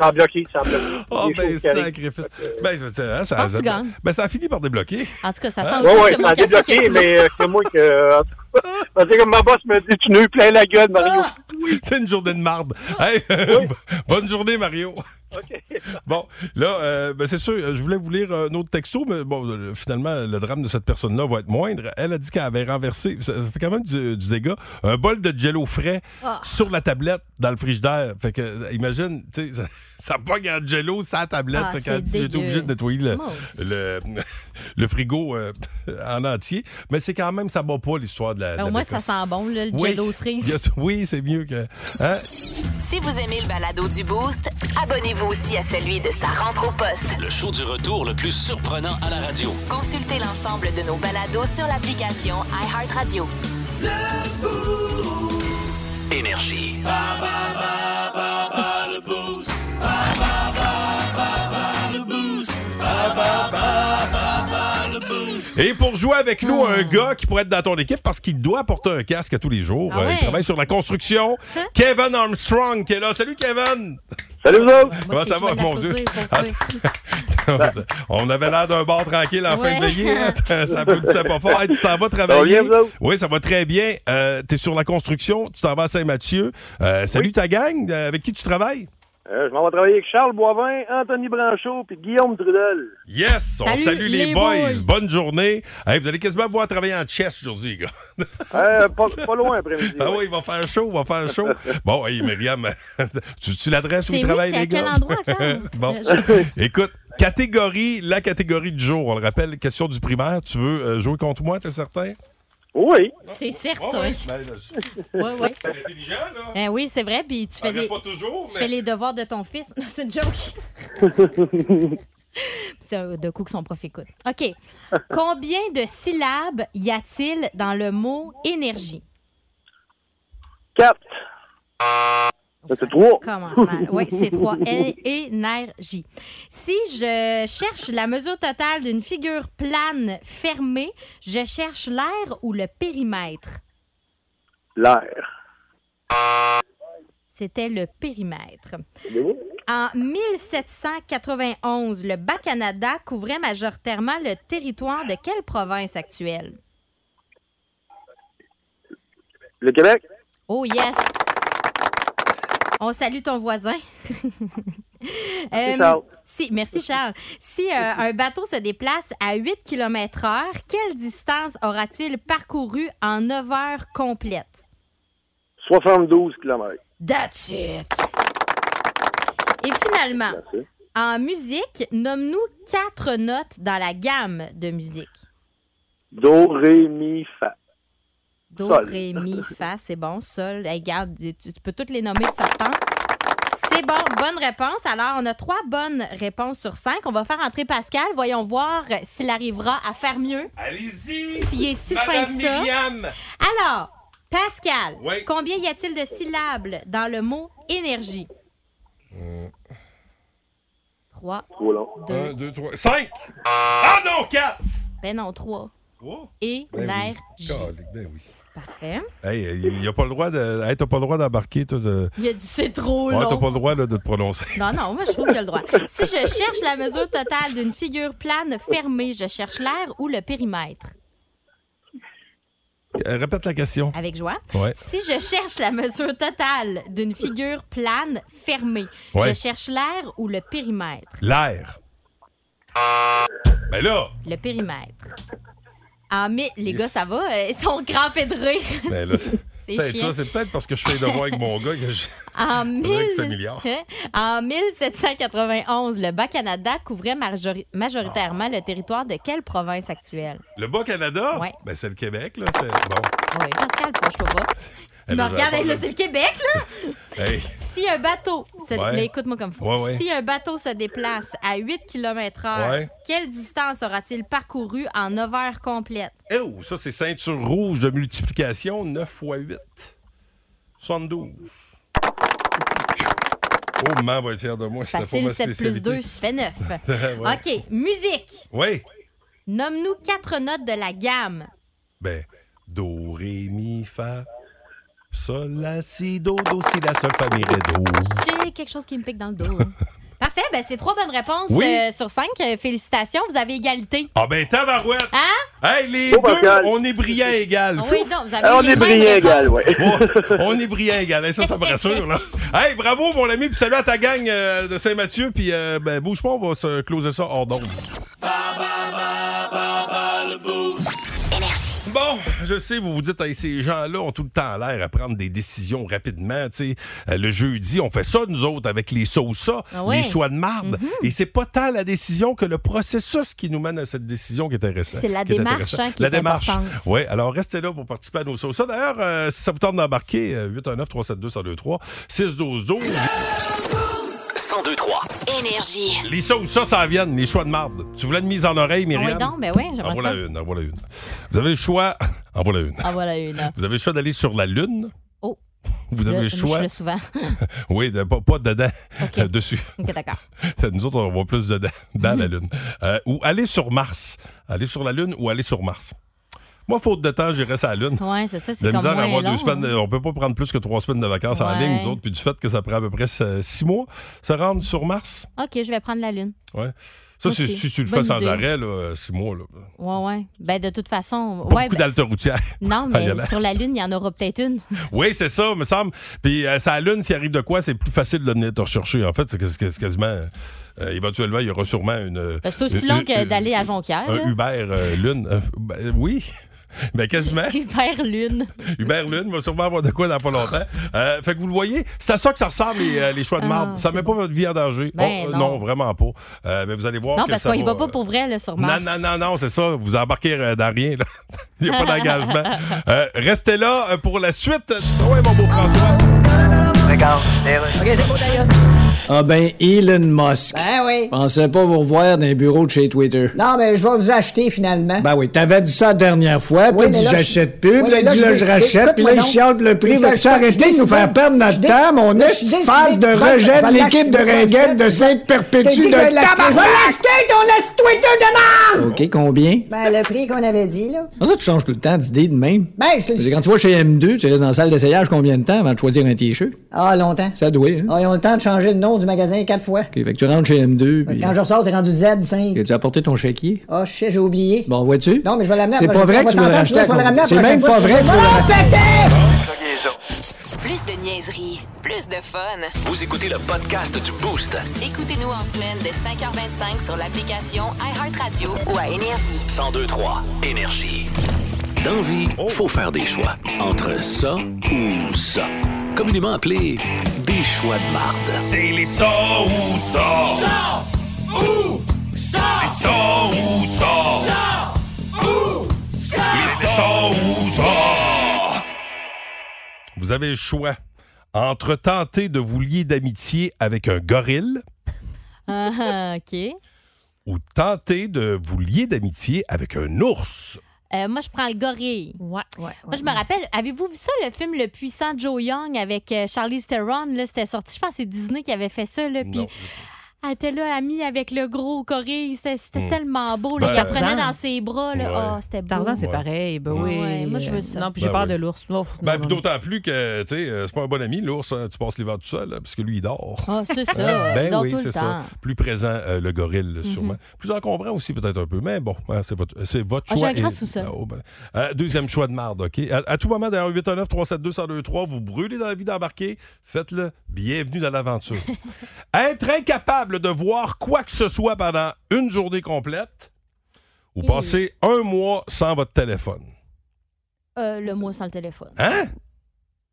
S9: ça a bloqué, ça a bloqué.
S4: Oh,
S9: Des
S4: ben,
S9: choses qui arrivent.
S4: sacrifice. Ben, je veux dire, hein, ça,
S5: Pense que tu gagnes.
S4: ben, ça a fini par débloquer.
S5: en tout cas, ça sent
S9: Oui,
S5: autre
S9: oui,
S5: chose que
S9: ça a
S5: mon café qui
S9: débloqué,
S5: a-
S9: mais euh, c'est moi que. euh, en tout cas, parce que comme ma boss me dit, tu n'as eu plein la gueule, Mario.
S5: Ah!
S4: C'est une journée de marde. Hey, bonne journée, Mario.
S9: OK.
S4: Bon, là, euh, ben, c'est sûr, euh, je voulais vous lire euh, un autre texto, mais bon, euh, finalement, le drame de cette personne-là va être moindre. Elle a dit qu'elle avait renversé, ça fait quand même du, du dégât, un bol de jello frais
S5: Ah.
S4: sur la tablette dans le frigidaire. Fait que, euh, imagine, tu sais, ça, ça pogne en jello sa tablette.
S5: Ah,
S4: fait
S5: c'est
S4: que tu es
S5: dégueu.
S4: obligé de nettoyer le,
S5: Maudit.
S4: le, le frigo euh, en entier. Mais c'est quand même, ça bat pas l'histoire de la. Euh, de
S5: Ben,
S4: la
S5: au moins, ça
S4: bécosse.
S5: sent bon, là, le
S4: Oui.
S5: jello cerise.
S4: Il y a- Oui, c'est mieux que. hein?
S8: Si vous aimez le balado du Boost,
S1: Abonnez-vous aussi à celui de sa rentre au poste.
S2: Le show du retour le plus surprenant à la radio.
S8: consultez l'ensemble de nos balados sur l'application iHeartRadio.
S2: Énergie.
S4: Et pour jouer avec nous,
S5: Ah.
S4: un gars qui pourrait être dans ton équipe parce qu'il doit porter un casque à tous les jours.
S5: Ah
S4: Euh,
S5: ouais? Hein?
S4: Il travaille sur la construction. Kevin Armstrong qui est là. Salut Kevin!
S9: Salut, vous autres.
S5: Moi,
S4: Comment
S5: c'est
S4: ça
S5: toi
S4: va, mon Dieu?
S5: l'applaudir pour
S4: Ah,
S5: toi.
S4: On avait l'air d'un bar tranquille en
S5: Ouais.
S4: fin de veillée. hein? Ça ça applaudissait pas fort. Hey, tu t'en vas
S9: Ça va
S4: travailler.
S9: bien, vous autres?
S4: oui, ça va très bien. Euh, T'es sur la construction. Tu t'en vas à Saint-Mathieu. Euh, salut ta gang. Euh, Avec qui tu travailles?
S9: Euh, je m'en vais travailler avec Charles Boivin, Anthony Branchot, puis Guillaume Trudel.
S4: Yes! On
S5: Salut,
S4: salue les,
S5: les
S4: boys.
S5: boys.
S4: Bonne journée. Hey, vous allez quasiment pouvoir travailler en chess aujourd'hui, les gars.
S9: Euh, pas, pas loin après-midi.
S4: Ah
S9: ouais.
S4: oui, il va faire chaud, il va faire chaud. bon, hey, Myriam, tu, tu l'adresses où
S5: C'est
S4: il
S5: où?
S4: travaille,
S5: C'est à
S4: les gars?
S5: quel endroit, encore?
S4: Bon.
S5: Je sais.
S4: Écoute, catégorie, la catégorie du jour. On le rappelle, question du primaire. Tu veux euh, jouer contre moi, t'es certain?
S9: Oui.
S5: T'es certain.
S4: Oh, oui. Ben, là, je-
S5: Oui, oui.
S4: t'es intelligent, là.
S5: Ben oui, c'est vrai, puis tu fais
S4: Arrête
S5: des...
S4: pas toujours,
S5: Tu
S4: mais...
S5: fais les devoirs de ton fils. Non, c'est une joke. c'est un- de coup que son prof écoute. OK. Combien de syllabes y a-t-il dans le mot énergie?
S9: Quatre. Ça, C'est trois.
S5: Commence mal. Oui, c'est trois. É- Énergie. Si je cherche la mesure totale d'une figure plane fermée, je cherche l'air ou le périmètre.
S9: L'air.
S5: C'était le périmètre. En 1791, le Bas-Canada couvrait majoritairement le territoire de quelle province actuelle?
S9: Le Québec?
S5: Oh yes! On salue ton voisin. Euh,
S9: Charles.
S5: si, merci Charles. Si euh, un bateau se déplace à 8 km heure, quelle distance aura-t-il parcouru en 9 heures complètes?
S9: 72 km.
S5: That's it! Et finalement,
S9: Merci.
S5: en musique, nomme-nous quatre notes dans la gamme de musique.
S9: Do, ré, mi, fa.
S5: Do,
S9: Sol.
S5: ré, mi, fa, c'est bon. Sol, Hey, regarde, tu, tu peux toutes les nommer si ça te tente. C'est bon, bonne réponse. Alors, on a trois bonnes réponses sur cinq. On va faire entrer Pascal. Voyons voir s'il arrivera à faire mieux.
S4: Allez-y!
S5: S'il est si fin
S4: Madame
S5: que ça.
S4: Myriam!
S5: Alors, Pascal,
S4: Oui.
S5: combien y a-t-il de syllabes dans le mot énergie? Trois,
S9: Trop long.
S5: deux,
S4: 1, 2, 3, 5! Ah non, 4!
S5: ben non, trois.
S4: 3?
S5: Énergie.
S4: ben oui.
S5: Parfait.
S4: Hey, euh, il y a pas le droit de. Hey, t'as pas le droit d'embarquer, toi. De...
S5: Il a dit c'est trop
S4: Ouais, t'as
S5: long.
S4: pas le droit là, de te prononcer.
S5: Non, non, moi, je trouve qu'il a le droit. Si je cherche la mesure totale d'une figure plane fermée, je cherche l'air ou le périmètre.
S4: Euh, répète la question.
S5: Avec joie.
S4: Ouais.
S5: Si je cherche la mesure totale d'une figure plane fermée,
S4: Ouais.
S5: je cherche l'air ou le périmètre.
S4: L'air. Ben là!
S5: Le périmètre. Ah, mais les gars, ça va? Euh, Ils sont crampés de rire.
S4: Ben là.
S5: C'est
S4: Peut-être
S5: chiant.
S4: ça, c'est peut-être parce que je fais devoir avec mon gars que je.
S5: En,
S4: Faudrait que
S5: 1000
S4: ça milliard.
S5: en 1791, le Bas-Canada couvrait majori- majoritairement
S4: Ah.
S5: le territoire de quelle province actuelle?
S4: Le Bas-Canada?
S5: Ouais.
S4: Ben c'est le Québec, là. C'est bon.
S5: Oui, Pascal, je pas.
S4: Elle
S5: Il me
S4: a-
S5: regarde,
S4: elle a-
S5: hey, là, c'est le Québec, là!
S4: Hey,
S5: Si un bateau... se-
S4: Ouais.
S5: là, Écoute-moi comme faut.
S4: Ouais, ouais.
S5: Si un bateau se déplace à 8 km heure,
S4: Ouais.
S5: quelle distance aura-t-il parcouru en 9 heures complètes?
S4: oh, ça, c'est ceinture rouge de multiplication, 9 fois 8. 72. Oh, maman va être fière de moi.
S5: C'est facile, 7 plus 2, ça fait 9. OK, musique.
S4: Oui.
S5: Nomme-nous quatre notes de la gamme.
S4: Ben, do, ré, mi, fa, sol, la, si, do, do, si, la, sol, fa, mi, ré, do.
S5: J'ai quelque chose qui me pique dans le dos. Parfait, ben c'est trois bonnes réponses
S4: Oui.
S5: euh, sur cinq. Euh, Félicitations, vous avez égalité.
S4: Ah ben, tabarouette!
S5: Hein?
S4: Hey, les
S9: Oh,
S4: deux,
S9: Pascal.
S4: on est brillants égal.
S5: Oui, donc, vous avez
S9: Alors, Euh, on est
S5: les mêmes
S9: brillants
S5: réponses.
S9: égal, ouais.
S4: Oh, on est brillant, égal. Hey, Ça, ça me rassure, là. Hey, bravo, mon ami. Puis salut à ta gang euh, de Saint-Mathieu. Puis, euh, ben, bouge pas, on va se closer ça hors d'onde. Bon, je sais, vous vous dites, Hey, ces gens-là ont tout le temps l'air à prendre des décisions rapidement. tu sais. Euh, le jeudi, on fait ça, nous autres, avec les sauces, ça,
S5: Ah ouais. Mm-hmm.
S4: les choix de marde. Et c'est pas tant la décision que le processus qui nous mène à cette décision qui est intéressante.
S5: C'est la
S4: qui est
S5: démarche,
S4: intéressante.
S5: hein, qui
S4: La
S5: est
S4: démarche.
S5: importante.
S4: Oui, alors restez là pour participer à nos sauces. Ça, D'ailleurs, euh, si ça vous tente d'embarquer, euh, 819 372 1023 6 12 12
S2: 1023.
S8: Énergie.
S4: Les sauces, ça, ça en viennent, les choix de marde. Tu voulais une mise en oreille,
S5: Ah
S4: Myriam?
S5: Oui, donc, ben oui,
S4: en
S5: j'aimerais
S4: voilà
S5: ça.
S4: une, en voilà une. Vous avez le choix. En voilà une.
S5: Ah, voilà une.
S4: Vous avez le choix d'aller sur la Lune.
S5: Oh.
S4: Vous avez
S5: Là,
S4: le
S5: moi,
S4: choix.
S5: Je le souvent.
S4: Oui, de- pas, pas dedans,
S5: OK,
S4: euh, dessus.
S5: OK, d'accord.
S4: Nous autres, on voit plus dedans, dans la Lune. Euh, ou aller sur Mars. Aller sur la Lune ou aller sur Mars. Moi, faute de temps, j'irai sur la Lune.
S5: Ouais, c'est ça, c'est
S4: De
S5: comme
S4: misère à
S5: moins
S4: avoir
S5: long,
S4: deux semaines.
S5: hein.
S4: On peut pas prendre plus que trois semaines de vacances en
S5: Ouais.
S4: ligne, nous autres, puis du fait que ça prend à peu près euh, six mois se rendre sur Mars.
S5: OK, je vais prendre la lune.
S4: Ça,
S5: Ok.
S4: c'est- si tu le
S5: Bonne
S4: fais sans
S5: idée.
S4: arrêt, là, euh, six mois. Là.
S5: Ouais, ouais. Ben, de toute façon,
S4: Pas
S5: ouais,
S4: beaucoup
S5: ben-
S4: d'altes routières.
S5: non,
S4: Ah, y en
S5: mais
S4: a.
S5: sur la lune, il y en aura peut-être une.
S4: oui, c'est ça, me semble. Puis euh, ça à la Lune, s'il arrive de quoi, c'est plus facile de venir te rechercher. En fait, c'est que- c'est quasiment. euh, éventuellement, il y aura sûrement une. euh,
S5: Ben, c'est aussi
S4: une-
S5: long
S4: une-
S5: que
S4: une-
S5: d'aller à Jonquière.
S4: Un
S5: là.
S4: Uber euh, Lune. Euh, ben, oui. Ben quasiment.
S5: Uber Lune.
S4: Uber Lune va sûrement avoir de quoi dans pas longtemps. Euh, fait que vous le voyez, c'est à ça que ça ressemble les, euh, les choix de
S5: Ah,
S4: marde. ça
S5: c'est
S4: met pas votre vie en danger.
S5: Ben,
S4: Oh, euh,
S5: non.
S4: vraiment pas. Euh, mais vous allez voir
S5: Non,
S4: que
S5: parce
S4: ça
S5: qu'on y va
S4: va euh,
S5: pas pour vrai, là, sur
S4: non,
S5: Mars.
S4: non, non, non, c'est ça. Vous embarquez euh, dans rien. là. Il n'y a pas d'engagement. Euh, restez là euh, pour la suite. Ouais, mon beau François.
S7: OK, c'est bon, d'ailleurs. Ah ben, Elon Musk.
S10: Ben oui.
S6: Ah.
S7: Pensais pas vous revoir dans les bureaux de chez Twitter.
S10: Non, mais je vais vous acheter finalement.
S7: Ben oui, t'avais dit ça la dernière fois,
S10: Oui,
S7: puis
S10: mais
S7: dit
S10: là, je-
S7: j'achète plus,
S10: Oui,
S7: puis
S10: mais
S7: là, il dit
S10: là,
S7: là,
S10: je
S7: je
S10: décide-
S7: rachète, puis là, il
S10: écoute-moi
S7: chiale
S10: donc.
S7: le prix.
S10: Je-
S7: Vas-tu
S10: je-
S7: arrêter de nous faire
S10: décidé-
S7: perdre notre
S10: je dé-
S7: temps, mon
S10: Là, je suis
S7: esti de
S10: décidé-
S7: face de
S10: je vais-
S7: rejet
S10: je
S7: de
S10: vais
S7: l'équipe de
S10: l'acheter, je vais
S7: Ringuel de
S10: l'acheter. T'as
S7: Sainte-Perpétue
S10: dit
S7: de
S10: que je vais l'acheter. Je vais
S7: Tabarouette!
S10: l'acheter ton est Twitter de merde!
S6: OK, combien?
S10: Ben, le prix qu'on avait dit, là.
S6: Ah, ça, tu changes tout le temps d'idée de même.
S10: Ben, je te
S6: Je
S10: le
S6: veux dire, Quand tu vas chez M2, tu restes dans la salle d'essayage combien de temps avant de choisir un t-shirt?
S10: Ah, longtemps.
S6: Ça doit, hein?
S10: Ah, ils ont le temps de changer le nom du magasin quatre fois.
S6: OK, fait que tu rentres chez M2, puis
S10: Quand je ressors, c'est rendu Z5.
S6: tu as apporté ton chéquier.
S10: Ah, je sais, j'ai oublié.
S6: Bon, vois-tu?
S10: Non, mais je vais l'amener à
S6: C'est
S10: la
S6: pas
S10: prochaine
S6: vrai
S10: fois.
S6: que tu veux
S10: On va
S6: le
S10: s'entendre, je
S6: racheter
S10: vais
S6: à
S10: le
S6: compte-
S10: ramener à la
S6: C'est
S10: prochaine
S6: même
S10: fois,
S6: pas
S10: je vais
S6: vrai que tu veux le racheter.
S8: Plus de niaiserie, plus de fun.
S2: Vous écoutez le podcast du Boost.
S8: Écoutez-nous en semaine de 5h25 sur l'application iHeartRadio ou à Énergie.
S2: 1023 Énergie. Dans vie,
S11: Oh.
S2: faut faire des choix. Entre ça ou ça. Communément appelé des choix de marde.
S11: C'est les ça ou ça. Ça ou ça. Les ça ou ça. Ça ou ça. Les ça ou ça.
S4: Vous avez le choix entre tenter de vous lier d'amitié avec un gorille
S5: Ah, ah, OK.
S4: ou tenter de vous lier d'amitié avec un ours.
S5: Euh, moi, je prends le gorille.
S3: Ouais, ouais. ouais.
S5: Moi, je me rappelle, avez-vous vu ça, le film Le Puissant Joe Young avec euh, Charlize Theron? Là, c'était sorti, je pense que c'est Disney qui avait fait ça. Là, puis
S4: Non.
S5: elle était là, amie avec le gros gorille. C'était c'était
S4: Mm.
S5: tellement beau. Là,
S4: Ben,
S5: il la prenait
S3: Tarzan.
S5: dans ses bras. Là.
S4: Ouais.
S5: Ah, c'était beau.
S3: Tarzan, c'est
S4: Ouais.
S3: pareil. Ben oui.
S5: Ouais, moi, je veux ça.
S3: Non, puis j'ai
S4: Ben
S3: peur
S4: oui.
S3: de l'ours. Oh,
S4: Ben,
S3: non,
S4: puis
S3: non,
S4: d'autant plus que, tu sais, euh, c'est pas un bon ami, l'ours, hein, tu passes l'hiver tout seul, hein, parce que lui, il dort.
S5: Ah, c'est ça.
S4: Hein? Ben
S5: dans
S4: oui,
S5: tout le
S4: c'est
S5: temps. Mhm.
S4: ça. Plus présent, euh, le gorille, sûrement. Plus encombrant aussi, peut-être un peu. Mais bon, hein, c'est votre, c'est votre
S5: Ah, j'ai
S4: choix.
S5: un grand
S4: et-
S5: sous-sol.
S4: Oh, ben. Euh, deuxième choix de marde, OK? À, à tout moment, d'ailleurs, 819 372 1023 vous brûlez dans la vie d'embarquer. Faites-le. Bienvenue dans l'aventure. Être incapable de voir quoi que ce soit pendant une journée complète ou
S5: Et-
S4: passer un mois sans votre téléphone.
S5: Euh, le mot sans le téléphone.
S4: Hein?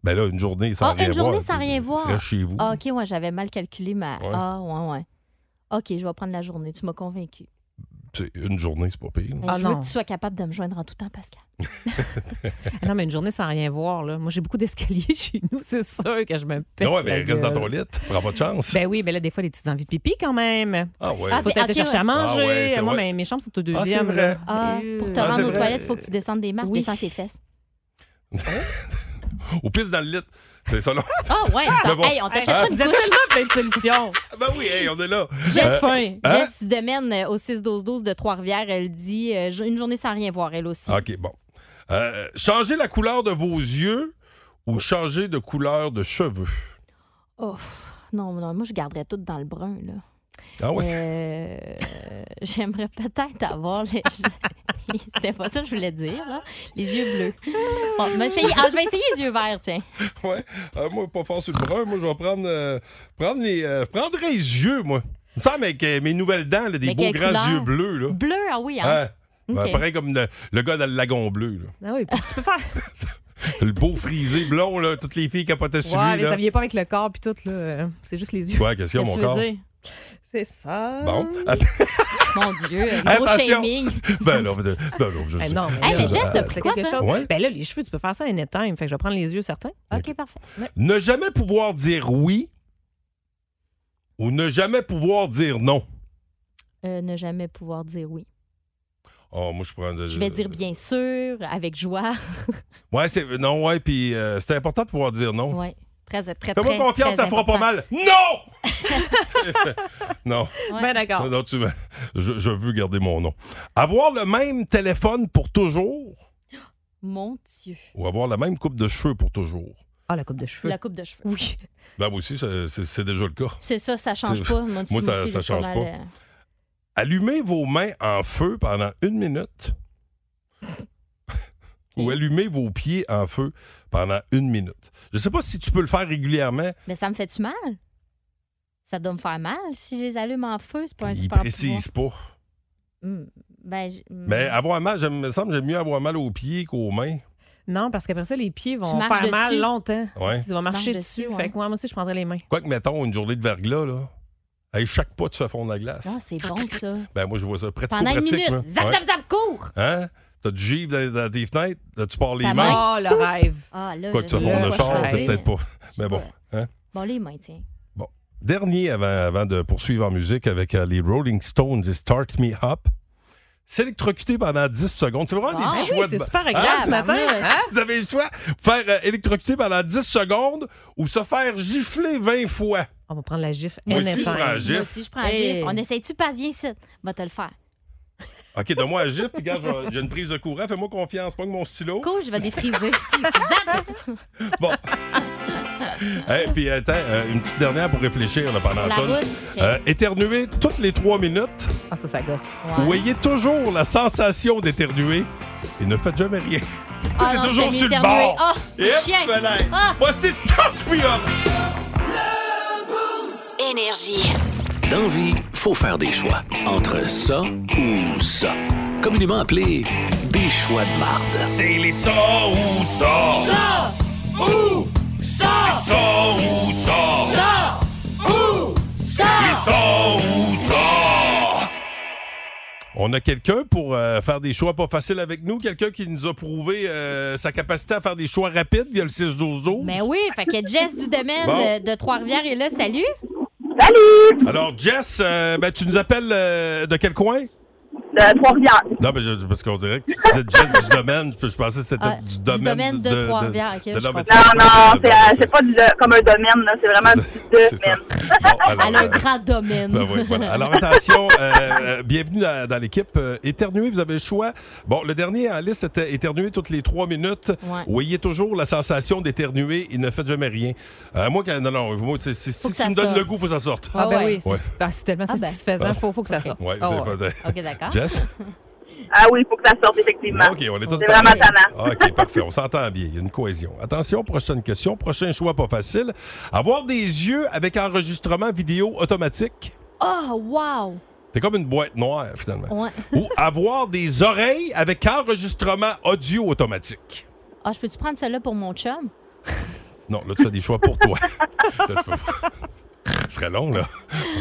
S4: Ben là, une journée sans
S5: Ah,
S4: rien
S5: une
S4: voir.
S5: journée sans rien voir.
S4: Reste chez vous.
S5: Ah, OK, ouais, j'avais mal calculé ma.
S4: Ouais.
S5: Ah, ouais, ouais. OK, je vais prendre la journée. Tu m'as convaincu.
S4: C'est Une journée, c'est pas pire.
S3: Ah,
S5: je veux
S3: non.
S5: que tu sois capable de me joindre en tout temps, ah, Pascal.
S3: non. Non, mais une journée sans rien voir, là. Moi, j'ai beaucoup d'escaliers chez nous, c'est sûr que je me pète.
S4: Ah ouais, mais
S3: la
S4: reste dans
S3: gueule.
S4: ton lit. Prends pas de chance.
S3: Ben oui, mais là, des fois, les petites envies de pipi quand même.
S4: ah ouais.
S5: Ah,
S3: Faut
S5: ben,
S3: aller
S5: ok,
S3: chercher à
S5: ouais.
S4: Ah ouais,
S3: manger.
S4: c'est
S3: Moi,
S4: vrai.
S3: ben, mes chambres sont au
S4: Ah, c'est
S3: deuxième.
S4: vrai.
S3: là.
S5: Ah,
S3: Euh,
S5: pour te
S4: Ah, c'est
S5: rendre aux
S4: vrai.
S5: toilettes, il faut que tu descendes des marches,
S3: Oui.
S5: descends tes fesses.
S4: Ou pisse dans le lit. C'est ça, là.
S5: Ah, ouais.
S4: Mais bon.
S5: Hey, on
S4: Ah.
S5: t'achètera une
S3: Vous êtes
S5: couche.
S3: tellement plein de solutions.
S4: ben oui, hey, on est là.
S5: Jess,
S3: Fin.
S4: Hein?
S5: Jess Domaine euh, au 6-12-12 de Trois-Rivières, elle dit euh, Une journée sans rien voir, elle aussi.
S4: OK, bon. Euh, changer la couleur de vos yeux ou changer de couleur de cheveux.
S5: Oh, pff, non, non, moi, je garderais tout dans le brun, là.
S4: Ah
S5: Oh.
S4: ouais.
S5: Euh, J'aimerais peut-être avoir les. C'était pas ça que je voulais dire, là. Les yeux bleus. Bon, je vais essayer- ah, je vais essayer les yeux verts, tiens.
S4: Ouais. Euh, moi, pas fort sur le brun. Moi, je vais prendre, euh, prendre les. euh, je prendrais les yeux, moi. Ça, avec euh, mes nouvelles dents, là, des
S5: Mais
S4: beaux grands
S5: quelle couleur?
S4: yeux bleus, là.
S5: Bleu, ah oui, hein?
S4: Hein? Ben,
S5: Ok.
S4: pareil comme le, le gars dans le lagon bleu. là.
S3: Ah oui, puis tu peux faire.
S4: Le beau frisé blond, là, toutes les filles capotaient sur
S3: Ouais,
S4: lui.
S3: mais ça
S4: Là.
S3: vient pas avec le corps puis tout, là. Euh, C'est juste les yeux.
S4: Ouais, qu'est-ce qu'il y a, mon
S5: Qu'est-ce que tu
S4: corps?
S5: veux dire?
S3: C'est ça.
S4: Bon. Attends,
S5: Mon Dieu, euh, gros
S4: Attention.
S5: shaming.
S4: ben non, ben non, je
S3: Eh
S4: sais.
S3: non, mais,
S5: Hey,
S3: là,
S5: mais Jess, t'as
S3: c'est
S5: pris quoi,
S3: quelque
S5: toi?
S3: chose.
S4: Ouais.
S3: Ben là, les cheveux, tu peux faire ça en time. Fait que je vais prendre les yeux, certains.
S5: OK, parfait.
S4: Ne jamais pouvoir dire oui ou ne jamais pouvoir dire non.
S5: Euh, ne jamais pouvoir dire oui.
S4: Oh, moi, je prends. de-
S5: Je vais dire bien sûr, avec joie.
S4: Ouais, c'est. Non, ouais, puis euh, c'est important de pouvoir dire non.
S5: Oui. Très, très, très.
S4: Fais-moi confiance,
S5: très
S4: ça fera pas
S5: important.
S4: mal. Non! non.
S5: Ouais.
S3: Ben d'accord.
S4: Non, tu veux- je, je veux garder mon nom. Avoir le même téléphone pour toujours
S5: Mon Dieu.
S4: ou avoir la même coupe de cheveux pour toujours?
S3: Ah, la coupe de cheveux.
S5: La coupe de cheveux.
S3: Oui.
S4: Ben, moi aussi, c'est- c'est c'est déjà le cas.
S5: C'est ça, ça change
S4: C'est-
S5: pas. Moi,
S4: Moi, ça-
S5: aussi,
S4: ça
S5: j'ai pas
S4: change
S5: mal,
S4: pas.
S5: euh,
S4: Allumer vos mains en feu pendant une minute ou allumer vos pieds en feu pendant une minute. Je sais pas si tu peux le faire régulièrement.
S5: Mais ça me fait-tu mal? Ça doit me faire mal si je les allume en feu. C'est pas un
S4: Il
S5: super
S4: précise pas.
S5: pouvoir. Hmm. Ben, j- hmm.
S4: Mais avoir mal, j'aime- me semble j'aime mieux avoir mal aux pieds qu'aux mains.
S3: Non, parce qu'après ça, les pieds vont
S5: marches
S3: faire mal
S5: dessus.
S3: longtemps.
S4: Ouais.
S3: Tu vas
S5: Tu
S3: marcher
S5: marches
S3: dessus.
S5: dessus,
S3: Fait
S5: ouais.
S3: que moi, moi aussi, je prendrais les mains.
S4: Quoique, mettons, une journée de verglas, là. Hey, chaque pas, tu fais fondre la glace.
S5: Ah, c'est bon, ça.
S4: Ben moi, je vois ça pratico
S5: Pendant une
S4: pratique.
S5: minute,
S4: moi.
S5: zap,
S4: Ouais.
S5: zap, zap, cours!
S4: Hein? T'as du givre dans, dans tes fenêtres, là, tu pars les
S5: Ta
S4: mains.
S5: main.
S3: Oh, le rêve.
S5: Ah, là,
S4: Quoi que
S5: je
S4: tu fasses
S5: sais
S4: fondre
S5: pas
S4: le
S5: quoi
S4: char,
S5: choisir.
S4: c'est peut-être pas. Mais bon.
S5: Ouais.
S4: Hein?
S5: Bon, les mains, tiens.
S4: Bon. Dernier avant, avant de poursuivre en musique avec euh, les Rolling Stones et Start Me Up. S'électrocuter pendant 10 secondes. C'est vraiment
S3: Ah
S4: des petits
S3: oui,
S4: choix
S3: c'est
S4: de-
S3: super agréable
S4: Hein?
S3: ce matin.
S4: Hein? Vous avez le choix. Faire euh, électrocuter pendant 10 secondes ou se faire gifler 20 fois.
S3: On va prendre la gifle.
S4: Moi
S5: Une
S4: aussi, je
S5: éteinte.
S4: prends la gifle.
S5: Moi aussi, je prends la
S3: Hey.
S5: gifle. On essaie-tu pas? Viens ici. Va te le faire.
S4: OK, donne-moi la gifle, puis regarde, je vais- j'ai une prise de courant. Fais-moi confiance. Pogne mon stylo.
S5: Cool, je vais défriser. Zap!
S4: Bon. Et puis attends, euh, une petite dernière pour réfléchir là, pendant
S5: La
S4: tout.
S5: route, ok.
S4: Euh, éternuer toutes les trois minutes.
S3: Ah, ça, ça gosse.
S4: Ou ayez toujours la sensation d'éternuer et ne faites jamais rien.
S5: Ah
S4: T'es
S5: non,
S4: toujours
S5: je
S4: sur
S5: t'ai
S4: le
S5: mis éternuer.
S4: bord.
S5: Ah, c'est
S4: Yep,
S5: chiant.
S4: voilà.
S5: Ah.
S4: Voici Start Me Up.
S8: Énergie.
S2: Dans vie, faut faire des choix. Entre ça ou ça. Communément appelé des choix de marde.
S11: C'est les ça ou ça. Ça ou ça. Les ça ou ça. Ça ou ça. Les ça ou ça.
S4: On a quelqu'un pour euh, faire des choix pas faciles avec nous, quelqu'un qui nous a prouvé euh, sa capacité à faire des choix rapides via le 6-12-12.
S5: Mais Ben oui, fait que Jess du domaine
S4: Bon.
S5: de, de Trois-Rivières est là. Salut!
S4: Alors, Jess, euh, ben, tu nous appelles euh, de quel coin?
S12: de Trois-Rivières.
S4: Non, mais je- parce qu'on dirait que tu disais Jess du domaine. Je, je pensais que c'était
S5: Ah,
S4: du
S5: du
S4: domaine,
S5: domaine de Trois-Rivières, ok, je
S4: non, mais
S5: comprends.
S4: tu-
S12: Non, non, c'est, euh, c'est pas du- comme un domaine, là, c'est vraiment du domaine.
S4: alors,
S5: Elle a un
S4: euh,
S5: grand domaine.
S4: Ben oui, voilà. Alors attention, euh, euh, bienvenue dans, dans l'équipe. Euh, éternuer, vous avez le choix. Bon, le dernier en liste, c'était éternuer toutes les trois minutes.
S5: Ouais.
S4: Voyez toujours la sensation d'éternuer et ne faites jamais rien. Euh, moi, quand, non, non, moi, c'est- c'est-
S5: Faut
S4: si
S5: que
S4: tu
S5: ça
S4: me donnes
S5: sorte.
S4: le goût, faut que ça sorte.
S3: Ah, ben oui, c'est
S4: Ouais.
S3: ah, c'est tellement
S5: Ah, ben.
S3: satisfaisant. Faut, faut que ça
S5: Ok.
S3: sorte.
S4: Ouais,
S3: Ah,
S4: c'est
S3: ouais.
S4: pas-
S5: OK, d'accord.
S4: Jess?
S12: Ah oui, il faut que ça sorte, effectivement.
S4: OK, on est tous
S12: C'est
S4: pareils.
S12: vraiment tannant.
S4: Ah, OK, parfait. On s'entend bien. Il y a une cohésion. Attention, prochaine question. Prochain choix pas facile. Avoir des yeux avec enregistrement vidéo automatique.
S5: Oh, wow!
S4: C'est comme une boîte noire, finalement.
S5: Ouais.
S4: Ou avoir des oreilles avec enregistrement audio automatique.
S5: Ah, je peux-tu prendre celle-là pour mon chum?
S4: Non, là, tu fais des choix pour toi. là, tu peux pas. Ce serait long, là.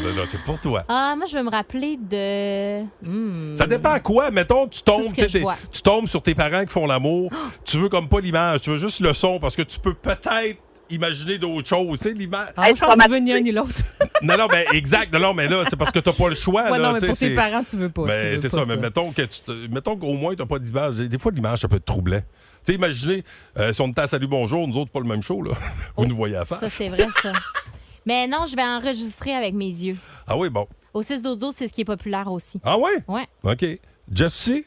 S4: Là, là, c'est pour toi.
S5: Ah, moi, je vais me rappeler de... Hmm.
S4: Ça dépend à quoi. Mettons, tu tombes,
S5: Tout ce que
S4: tu sais,
S5: je
S4: t'es-
S5: vois.
S4: tu tombes sur tes parents qui font l'amour. Tu veux comme pas l'image, tu veux juste le son parce que tu peux peut-être imaginer d'autres choses. Tu sais, l'image.
S3: Ah, je pense que tu veux ni un ni l'autre.
S4: Non, non, ben exact. Non, non, mais là, c'est parce que t'as pas le choix.
S3: Ouais,
S4: là, tu
S3: non, mais
S4: sais,
S3: pour
S4: c'est-
S3: tes parents, tu veux pas. tu
S4: Ben,
S3: veux
S4: c'est ça,
S3: pas
S4: mais mettons que tu te- mettons qu'au moins t'as pas d'image. Des fois l'image ça peut être troublant. Tu sais, imaginez, euh, si on était à Salut Bonjour, nous autres pas le même show, là.
S3: Oh,
S4: Vous nous voyez à
S5: Ça,
S4: face.
S5: c'est vrai, ça. Mais non, je vais enregistrer avec mes yeux.
S4: Ah oui, bon.
S5: Au 6 dodo, c'est ce qui est populaire aussi.
S4: Ah ouais?
S5: Ouais.
S4: OK. Jessie?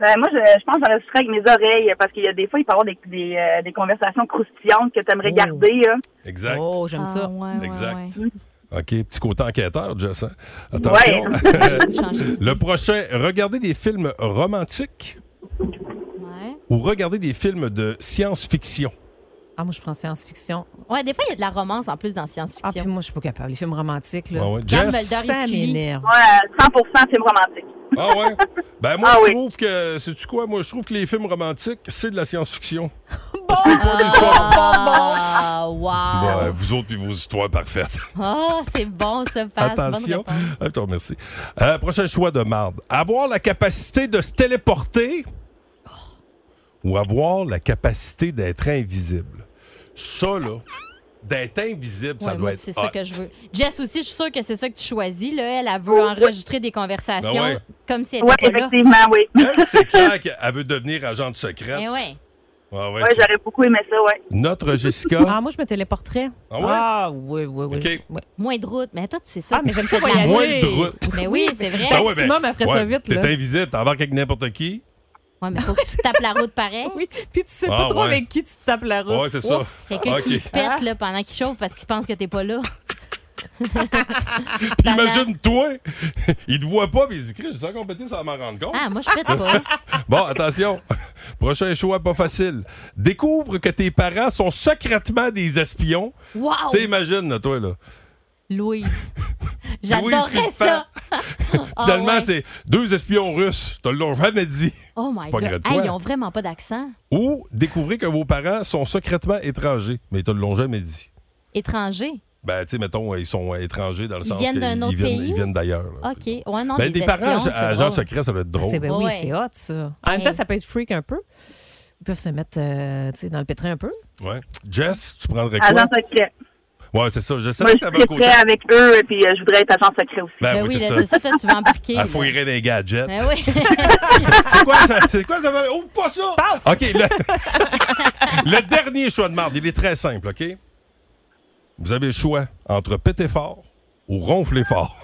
S12: Ben, moi, je, je pense que j'enregistrerais avec mes oreilles, parce qu'il y a des fois, il peut y avoir des, des, euh, des conversations croustillantes que tu aimerais
S3: Oh.
S12: garder. là.
S3: ça.
S4: Exact.
S3: Oh, j'aime
S5: Ah,
S3: ça.
S5: ouais, ouais,
S4: Exact.
S5: ouais.
S4: OK, petit côté enquêteur, Jess. hein? Attention.
S5: Changer.
S4: le prochain, regarder des films romantiques
S5: Ouais.
S4: ou regarder des films de science-fiction.
S3: Ah, moi, je prends science-fiction.
S5: Ouais, des fois, il y a de la romance en plus dans
S3: Ah, puis
S5: science-fiction.
S3: moi, je suis pas capable. Les films romantiques, là.
S4: Ah ouais.
S5: Regarde
S4: Jess?
S5: Mulder
S3: Ça
S5: et Scully.
S3: m'énerve.
S12: Ouais, euh, 100% film romantique.
S4: Ah ouais? Ben moi,
S12: Ah
S4: je
S12: oui.
S4: trouve que. Sais-tu quoi? Moi, je trouve que les films romantiques, c'est de la science-fiction.
S5: Ah, wow!
S4: Ouais, Ben, vous autres puis vos histoires parfaites.
S5: Ah, c'est bon, ça passe.
S4: Attention.
S5: Bonne réponse.
S4: Ah, Je te remercie. Euh, prochain choix de marde. Avoir la capacité de se téléporter ou avoir la capacité d'être invisible. Ça, là, d'être invisible, ça
S5: Ouais,
S4: doit
S5: moi,
S4: être.
S5: c'est ça
S4: hot.
S5: que je veux. Jess aussi, je suis sûre que c'est ça que tu choisis. Là. Elle, elle veut enregistrer des conversations
S4: Ben ouais.
S5: comme si elle
S12: Oui,
S5: était pas là.
S12: effectivement, oui.
S4: Elle, Hein, c'est clair qu'elle veut devenir agent de secret.
S5: Eh ouais.
S4: Ah ouais,
S12: Ouais,
S4: c'est-
S12: j'aurais beaucoup aimé ça, ouais.
S4: Notre Jessica.
S3: Ah, moi, je me téléporterais.
S4: Ah ouais?
S3: oui, oui, oui.
S4: OK.
S3: Ouais.
S5: Moins de route. Mais toi, tu sais ça.
S3: Ah, mais j'aime ça
S5: Tu fais de la-
S3: voyager.
S4: Moins de route.
S5: Mais oui, c'est vrai.
S4: Ah ouais, ben,
S3: Maximum, elle ferait ça
S4: ouais,
S3: vite, là.
S4: T'es invisible, t'embarques avec n'importe qui.
S5: Ouais, mais faut que tu te tapes la route pareil.
S3: Oui, puis tu sais
S4: Ah,
S3: pas trop
S4: ouais.
S3: avec qui tu te tapes la route. Ah.
S4: Ouais, c'est ça. Ah,
S5: Quelqu'un
S4: Ok.
S5: qui pète là, pendant qu'il chauffe parce qu'il pense que t'es pas là.
S4: Puis imagine-toi, il te voit pas, puis il se dit, Chris, j'ai ça compété sans m'en rendre compte.
S5: Ah, moi, je pète pas.
S4: Bon, attention. Prochain choix pas facile. Découvre que tes parents sont secrètement des espions.
S5: Wow!
S4: T'imagines, là, toi, là.
S5: Louise.
S4: Louise
S5: J'adorerais
S4: Piffin.
S5: ça. Ah
S4: Finalement,
S5: ouais.
S4: c'est deux espions russes. T'as l'ont jamais dit.
S5: Oh
S4: c'est
S5: my
S4: pas grave,
S5: God.
S4: toi.
S5: Hey, ils ont vraiment pas d'accent.
S4: Ou découvrir que vos parents sont secrètement étrangers, mais ils ne l'ont jamais dit.
S5: Étrangers.
S4: Ben, tu sais, mettons, ils sont euh, étrangers dans le
S5: Ils
S4: sens
S5: viennent
S4: que
S5: d'un
S4: ils
S5: autre
S4: viennent,
S5: pays?
S4: ils viennent d'ailleurs. là.
S5: OK. Ouais, non,
S4: Ben,
S5: des
S4: des parents
S5: espions,
S4: à
S5: c'est
S4: agents
S5: drôle.
S4: secrets, ça doit être
S3: Ah,
S4: drôle.
S3: c'est ben oui,
S5: Ouais.
S3: c'est hot, ça. En même
S5: Hey.
S3: temps, ça peut être freak un peu. Ils peuvent se mettre euh, tu sais, dans le pétrin un peu.
S4: Ouais. Jess, tu prendrais quoi?
S12: Agent Ah, secret.
S4: Ouais, c'est ça. Je
S12: Moi,
S4: savais que
S12: je
S4: t'avais un côté.
S12: triperais avec eux et puis euh, je voudrais être agent secret aussi.
S4: hein. Ben Ben oui, oui, c'est là, ça. c'est ça,
S5: toi, tu vas embarquer.
S4: Elle fouillerait des gadgets.
S5: Ben oui.
S4: C'est quoi ça? C'est quoi ça? Ouvre pas ça! OK, le... le dernier choix de marde, il est très simple, OK? Vous avez le choix entre péter fort ou ronfler fort.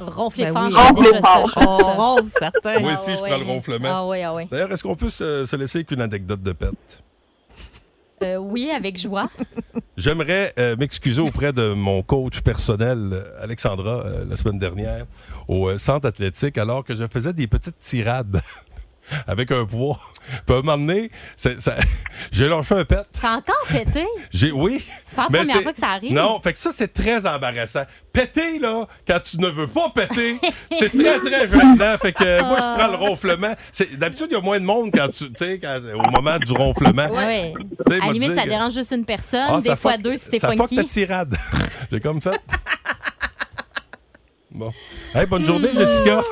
S5: Ronfler
S3: Ben
S5: fort.
S3: oui.
S5: je fais
S3: Ronfler
S5: déjà ça,
S3: fort.
S5: je fais
S3: On
S5: ça.
S3: ronfle, certain.
S4: Moi
S5: Ah
S4: aussi, je
S5: ouais,
S4: prends le
S5: ouais.
S4: ronflement.
S5: Ah oui, ah oui.
S4: D'ailleurs, est-ce qu'on peut se, se laisser avec une anecdote de pète?
S5: Euh, oui, avec joie.
S4: J'aimerais euh, m'excuser auprès de mon coach personnel, euh, Alexandra, euh, la semaine dernière, au euh, centre athlétique, alors que je faisais des petites tirades avec un poids. Puis à un moment donné, c'est- ça- j'ai lâché un pet.
S5: T'as encore pété?
S4: J'ai, oui.
S5: C'est pas la
S4: mais
S5: première
S4: c'est-
S5: fois que ça arrive.
S4: Non, fait que ça, c'est très embarrassant. Péter, là, quand tu ne veux pas péter, c'est très, très gênant. Fait que euh, moi,
S5: Ah.
S4: je prends le ronflement. C'est- D'habitude, il y a moins de monde quand tu, tu sais, quand- au moment du ronflement.
S5: Ouais.
S4: Tu sais,
S5: À
S4: moi,
S5: la limite,
S4: dire
S5: ça
S4: que-
S5: dérange juste une personne,
S4: Ah,
S5: des
S4: ça
S5: fois
S4: fuck-
S5: deux si t'es
S4: ça fuck
S5: funky.
S4: ta tirade. J'ai comme fait. Bon. Hey, bonne journée, Jessica.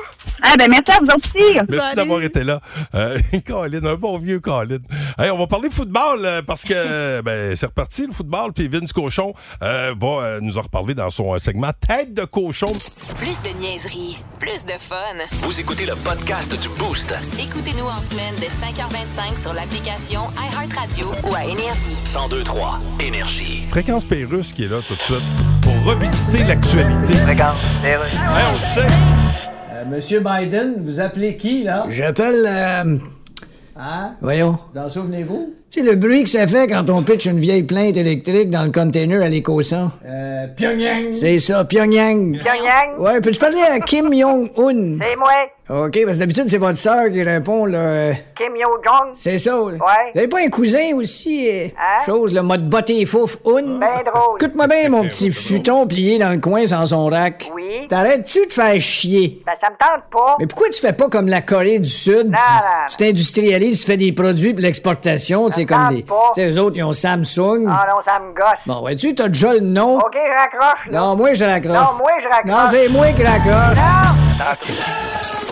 S12: Ah, ben merci à vous aussi.
S4: Merci d'avoir été là. Euh, Colin, un bon vieux Colin. Hey, on va parler football euh, parce que euh, ben, c'est reparti le football. Puis Vince Cochon euh, va euh, nous en reparler dans son euh, segment Tête de cochon.
S8: Plus de niaiserie, plus de fun.
S2: Vous écoutez le podcast du Boost.
S8: Écoutez-nous en semaine de 5h25 sur l'application iHeartRadio ou à Énergie.
S2: 1023 Énergie.
S4: Fréquence Pérusse qui est là tout de suite pour revisiter l'actualité. Fréquence on le sait.
S7: Euh, Monsieur Biden, vous appelez qui, là? J'appelle. euh,
S10: Hein?
S7: Voyons.
S10: Vous en souvenez-vous?
S7: C'est le bruit que ça fait quand on pitch une vieille plainte électrique dans le container à l'éco-sang.
S10: Euh, Pyongyang.
S7: C'est ça, Pyongyang.
S10: Pyongyang.
S7: Ouais, peux-tu parler à Kim Jong-un?
S10: C'est moi,
S7: OK, parce que d'habitude, c'est votre sœur qui répond, là. euh,
S10: Kim Yo-Jong.
S7: C'est ça. là.
S10: Ouais.
S7: Vous avez pas un cousin aussi? euh,
S10: Hein?
S7: Chose, le mode botter fouf, une.
S10: Ben drôle.
S7: Écoute-moi bien, mon petit futon plié dans le coin sans son rack.
S10: Oui.
S7: T'arrêtes-tu de faire chier?
S10: Ben, ça me tente pas.
S7: Mais pourquoi tu fais pas comme la Corée du Sud?
S10: Non,
S7: Tu-
S10: non,
S7: Tu t'industrialises, tu fais des produits pour l'exportation, tu sais,
S10: me
S7: comme
S10: tente
S7: les. Tu
S10: pas.
S7: sais, eux autres, ils ont Samsung.
S10: Ah non, ça me gosse.
S7: Bon, vois-tu, t'as déjà le nom.
S10: OK, je raccroche, là.
S7: Non, moi, je raccroche.
S10: Non, moi, je raccroche.
S7: Non, c'est moi qui raccroche.
S10: Non!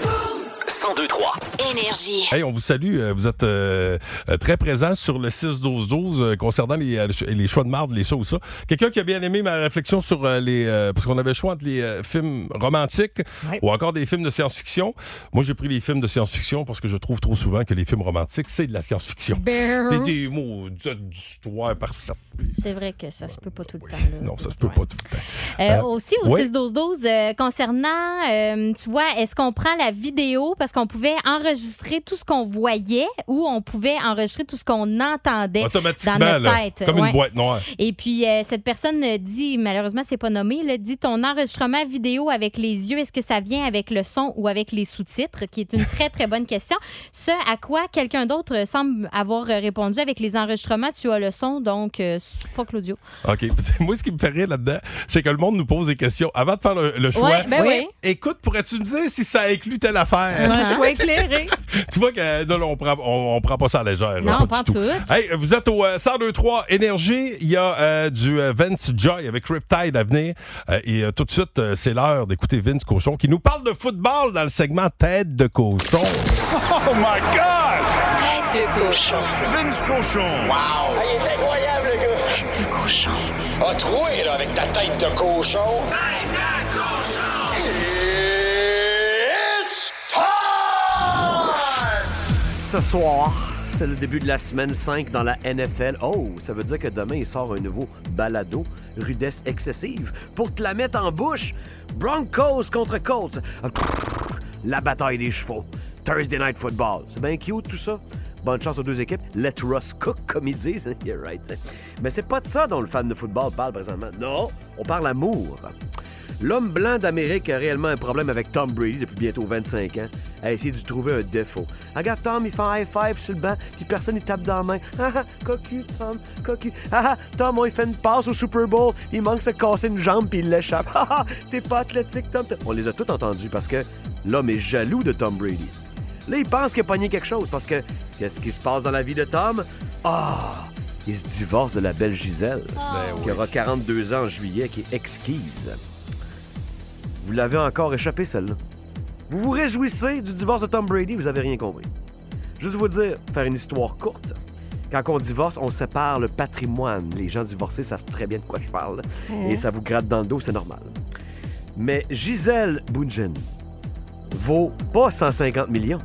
S2: 1023
S8: Énergie.
S4: Hey, on vous salue. Euh, Vous êtes euh, euh, très présent sur le 6-12-12 euh, concernant les, euh, les choix de marde, les ça ou ça. Quelqu'un qui a bien aimé ma réflexion sur euh, les. euh, parce qu'on avait le choix entre les euh, films romantiques
S3: Ouais.
S4: ou encore des films de science-fiction. Moi, j'ai pris les films de science-fiction parce que je trouve trop souvent que les films romantiques, c'est de la science-fiction.
S5: Bear.
S4: T'es des mots d'histoire parfaite.
S5: C'est vrai que ça se peut pas tout le temps. là.
S4: Non, ça se peut pas tout le temps.
S5: Euh,
S4: Euh,
S5: aussi, au
S4: oui.
S5: 6-12-12, euh, concernant, euh, tu vois, est-ce qu'on prend la vidéo parce qu'on pouvait enregistrer tout ce qu'on voyait ou on pouvait enregistrer tout ce qu'on entendait
S4: Automatiquement,
S5: dans notre
S4: là,
S5: tête?
S4: comme
S5: Ouais.
S4: une boîte noire.
S5: Et puis, euh, cette personne euh, dit, malheureusement, c'est pas nommé, là, dit ton enregistrement vidéo avec les yeux, est-ce que ça vient avec le son ou avec les sous-titres, qui est une très, très bonne question. Ce à quoi quelqu'un d'autre euh, semble avoir euh, répondu avec les enregistrements, tu as le son, donc euh, fuck l'audio.
S4: OK. Moi, ce qui me fait rire là-dedans, c'est que le monde nous pose des questions. Avant de faire le, le choix,
S5: Ouais, ben oui. Uh-huh.
S4: écoute, pourrais-tu me dire si ça inclut telle affaire?
S3: Un choix éclairé.
S4: tu vois que non, non, on prend, on, on prend pas ça à la légère.
S3: Non,
S4: là,
S3: on prend
S4: du tout.
S3: tout.
S4: Hey, vous êtes au euh, 1023 Énergie. Il y a euh, du euh, Vince Joy avec Riptide à venir. Euh, et euh, tout de suite, euh, c'est l'heure d'écouter Vince Cochon qui nous parle de football dans le segment Tête de cochon.
S11: Oh my God!
S1: Tête de cochon.
S11: Vince Cochon. Wow! Ah, il est incroyable, le gars. Tête de cochon. A troué, là, avec ta tête de cochon. Tête de cochon! It's
S13: Ce soir, c'est le début de la semaine 5 dans la NFL. Oh, ça veut dire que demain, il sort un nouveau balado, rudesse excessive, pour te la mettre en bouche. Broncos contre Colts. La bataille des chevaux. Thursday Night Football. C'est bien cute tout ça. Bonne chance aux deux équipes. Let Russ cook, comme ils disent. You're right. Mais c'est pas de ça dont le fan de football parle présentement. Non, on parle amour. L'homme blanc d'Amérique a réellement un problème avec Tom Brady depuis bientôt 25 ans, a essayé de lui trouver un défaut. Regarde Tom, il fait un high five sur le banc, puis personne il tape dans la main. Ah ah, cocu, Tom, cocu. Ah ah, Tom, on lui fait une passe au Super Bowl, il manque de se casser une jambe, puis il l'échappe. Ah ah, t'es pas athlétique, Tom. T'es- On les a tous entendus parce que l'homme est jaloux de Tom Brady. Là, il pense qu'il a pogné quelque chose parce que qu'est-ce qui se passe dans la vie de Tom? Ah! il se divorce de la belle Gisèle, qui aura 42 ans en juillet, qui est exquise. Vous l'avez encore échappé, celle-là. Vous vous réjouissez du divorce de Tom Brady, vous avez rien compris. Juste vous dire, faire une histoire courte, Quand on divorce, on sépare le patrimoine. Les gens divorcés savent très bien de quoi je parle.
S14: Mhm.
S13: Et ça vous gratte dans le dos, c'est normal. Mais Gisèle Bunchen vaut pas 150 millions.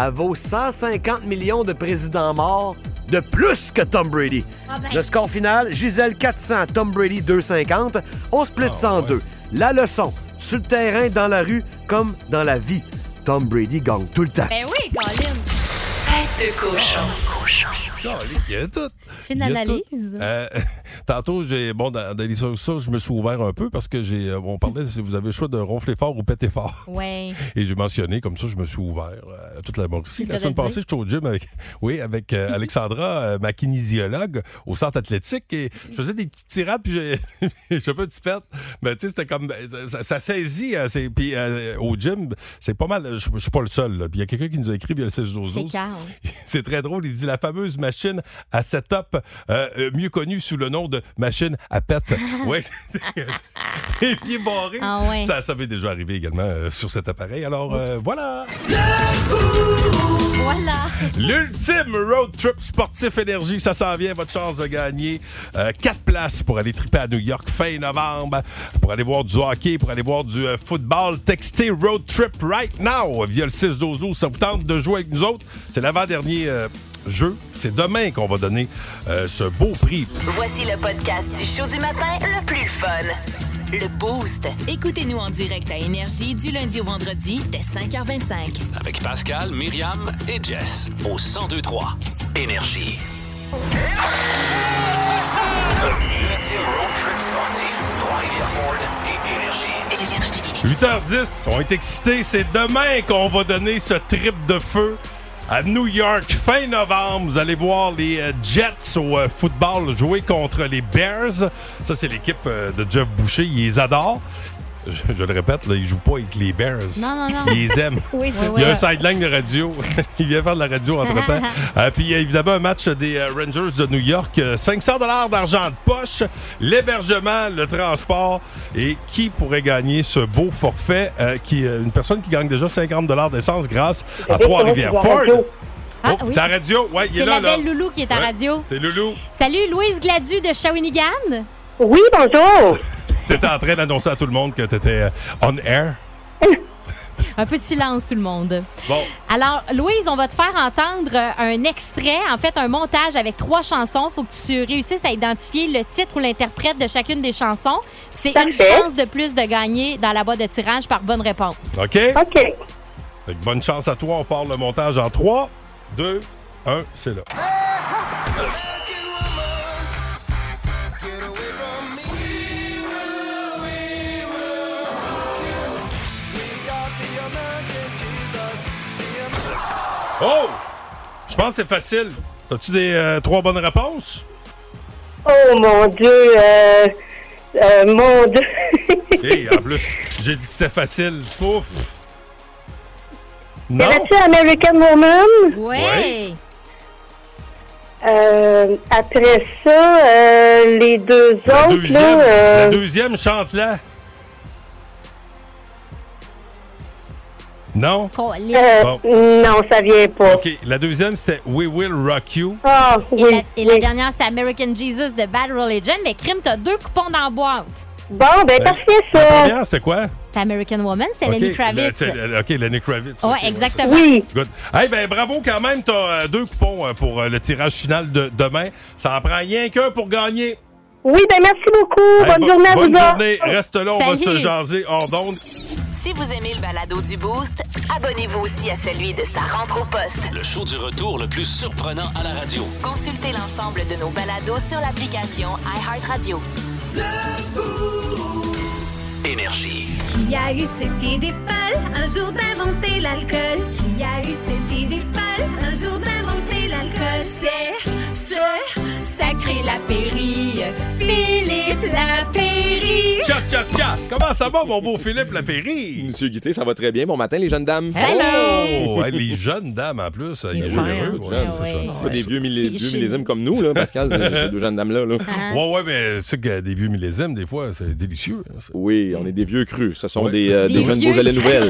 S13: Elle vaut 150 millions de présidents morts de plus que Tom Brady.
S11: Ah ben.
S13: Le score final, Gisèle 400, Tom Brady 250. On split ça en deux. La leçon, sur le terrain, dans la rue, comme dans la vie. Tom Brady gagne tout le temps.
S5: Ben oui, Colin.
S1: Tête de cochon.
S4: Il y a tout.
S5: Fine
S4: Il y a
S5: analyse.
S4: tout. Euh, tantôt, j'ai bon dans, dans les sources, je me suis ouvert un peu parce que j'ai euh, on parlait si vous avez le choix de ronfler fort ou péter fort.
S5: Ouais.
S4: Et j'ai mentionné, comme ça, je me suis ouvert euh, à toute la Mauricie.
S5: Tu
S4: La
S5: t'aurais
S4: semaine
S5: dit.
S4: passée, j'étais au gym avec, oui, avec euh, Alexandra, euh, ma kinésiologue, au centre athlétique. Et je faisais des petites tirades, puis j'ai- je fais une petite fête. Mais tu sais, c'était comme. euh, Ça, ça saisit. hein, c'est- puis euh, au gym, c'est pas mal. Je, je suis pas le seul. là. Puis il y a quelqu'un qui nous a écrit via le 16
S5: C'est Carl.
S4: c'est très drôle. Il dit la fameuse machine à setup, euh, euh, mieux connue sous le nom de machine à pète. oui. Les pieds barrés.
S11: Ah ouais.
S4: Ça, ça m'est déjà arrivé également euh, sur cet appareil. Alors euh, voilà.
S5: Voilà.
S4: L'ultime road trip sportif énergie. Ça s'en vient. Votre chance de gagner euh, quatre places pour aller triper à New York fin novembre, pour aller voir du hockey, pour aller voir du euh, football. Textez road trip right now via le 6 12 12. Ça vous tente de jouer avec nous autres. C'est l'avant-dernier euh, jeu. C'est demain qu'on va donner euh, ce beau prix.
S1: Voici le podcast du show du matin le plus fun. Le Boost.
S8: Écoutez-nous en direct à Énergie du lundi au vendredi dès 5h25.
S2: Avec Pascal, Myriam et Jess au 1023 Énergie. Le ultime road trip sportif. Trois-Rivières Ford et Énergie.
S4: 8h10, on est excités. C'est demain qu'on va donner ce trip de feu à New York fin novembre. Vous allez voir les euh, Jets au euh, football jouer contre les Bears. Ça, c'est l'équipe euh, de Jeff Boucher. Ils les adorent. Je, je le répète, là, ils jouent pas avec les Bears.
S11: Non, non, non.
S4: Ils les aiment.
S11: Oui, c'est
S4: Il y a un
S11: ça.
S4: sideline de radio. Il vient faire de la radio entre-temps. Euh, puis, euh, évidemment, un match des euh, Rangers de New York. Euh, 500 d'argent de poche, l'hébergement, le transport. Et qui pourrait gagner ce beau forfait? euh, qui, euh, une personne qui gagne déjà 50 d'essence grâce à
S5: Exactement,
S4: Trois-Rivières
S5: c'est la
S4: Ford.
S5: radio. Ah
S4: Oh,
S5: oui.
S4: Ta radio, ouais, il est
S5: C'est
S4: là,
S5: la
S4: là.
S5: belle Loulou qui est à
S4: Ouais,
S5: radio.
S4: C'est Loulou.
S5: Salut, Louise Gladu de Shawinigan.
S10: Oui, bonjour.
S4: T'étais en train d'annoncer à tout le monde que t'étais euh, on air.
S5: Un peu de silence, tout le monde.
S4: Bon.
S5: Alors, Louise, on va te faire entendre euh, un extrait, en fait, un montage avec trois chansons. Faut que tu réussisses à identifier le titre ou l'interprète de chacune des chansons. Puis C'est une
S4: Parfait.
S5: chance de plus de gagner dans la boîte de tirage par bonne réponse.
S4: OK? OK. bonne chance à toi. On part le montage en 3, 2, 1, c'est là. Oh! Je pense que c'est facile. As-tu des euh, trois bonnes réponses?
S10: Oh mon Dieu, euh, euh, mon Dieu.
S4: Hey, Eh, en plus, j'ai dit que c'était facile. Pouf! Non?
S10: Connais-tu American Woman?
S4: Ouais.
S10: Euh, après ça, euh, les deux
S4: La
S10: autres,
S4: deuxième,
S10: là, euh,
S4: la deuxième chante-la. Non?
S10: euh,
S4: Bon.
S10: non, ça vient pas.
S4: OK. La deuxième, c'était We Will Rock You.
S10: Ah,
S5: Et,
S10: oui,
S5: la, et la
S10: oui.
S5: dernière, c'est American Jesus de Bad Religion. Mais Crime, t'as deux coupons dans la boîte.
S10: Bon, ben, parfait,
S4: La
S10: ça.
S4: première, c'était quoi?
S5: C'est American Woman, c'est
S4: OK,
S5: Lenny
S4: la-
S5: Kravitz.
S4: c'est- la- OK, Lenny Kravitz. OK,
S5: Ouais,
S4: ouais,
S5: exactement.
S4: c'est ça.
S5: Oui.
S4: Good. Hey, ben bravo quand même. T'as euh, deux coupons euh, pour euh, le tirage final de demain. Ça en prend rien qu'un pour gagner.
S10: Oui, ben, merci beaucoup.
S4: Hey,
S10: bonne
S4: bo-
S10: journée à vous
S4: Bonne
S10: autres.
S4: journée. Reste là, on va
S8: Salut.
S4: se jaser hors d'onde.
S1: Si vous aimez le balado du Boost, abonnez-vous aussi à celui de sa rentre au poste.
S2: Le show du retour le plus surprenant à la radio.
S1: Consultez l'ensemble de nos balados sur l'application iHeartRadio.
S2: Énergie.
S15: Qui a eu cette idée folle un jour d'inventer l'alcool? Qui a eu cette idée folle un jour d'inventer l'alcool? C'est ce sacré Lapéry, Philippe Lapéry.
S4: Tcha, tcha, tcha. Comment ça va, mon beau Philippe Lapéry?
S16: Monsieur Guité, ça va très bien. Bon matin, les jeunes dames.
S4: Oh, hey, les jeunes dames en plus, euh,
S16: Les
S4: ils
S16: jeunes,
S4: sont
S16: les
S4: heureux.
S16: jeunes,
S4: ouais,
S16: jeunes,
S4: c'est
S16: c'est
S4: ça.
S16: ça. Pas des vieux, millé-
S4: C'est
S16: vieux
S4: chez-
S16: millésimes comme nous, là, Pascal, Ah, ces deux jeunes dames-là. Là.
S5: Ah.
S4: Ouais, ouais, mais tu sais que des vieux millésimes, des fois, c'est délicieux. hein,
S16: Oui, on est des vieux crus. Ce sont
S4: Ouais.
S16: des, euh,
S4: Des
S16: des jeunes
S4: vieux.
S16: Beaujolais nouvelles.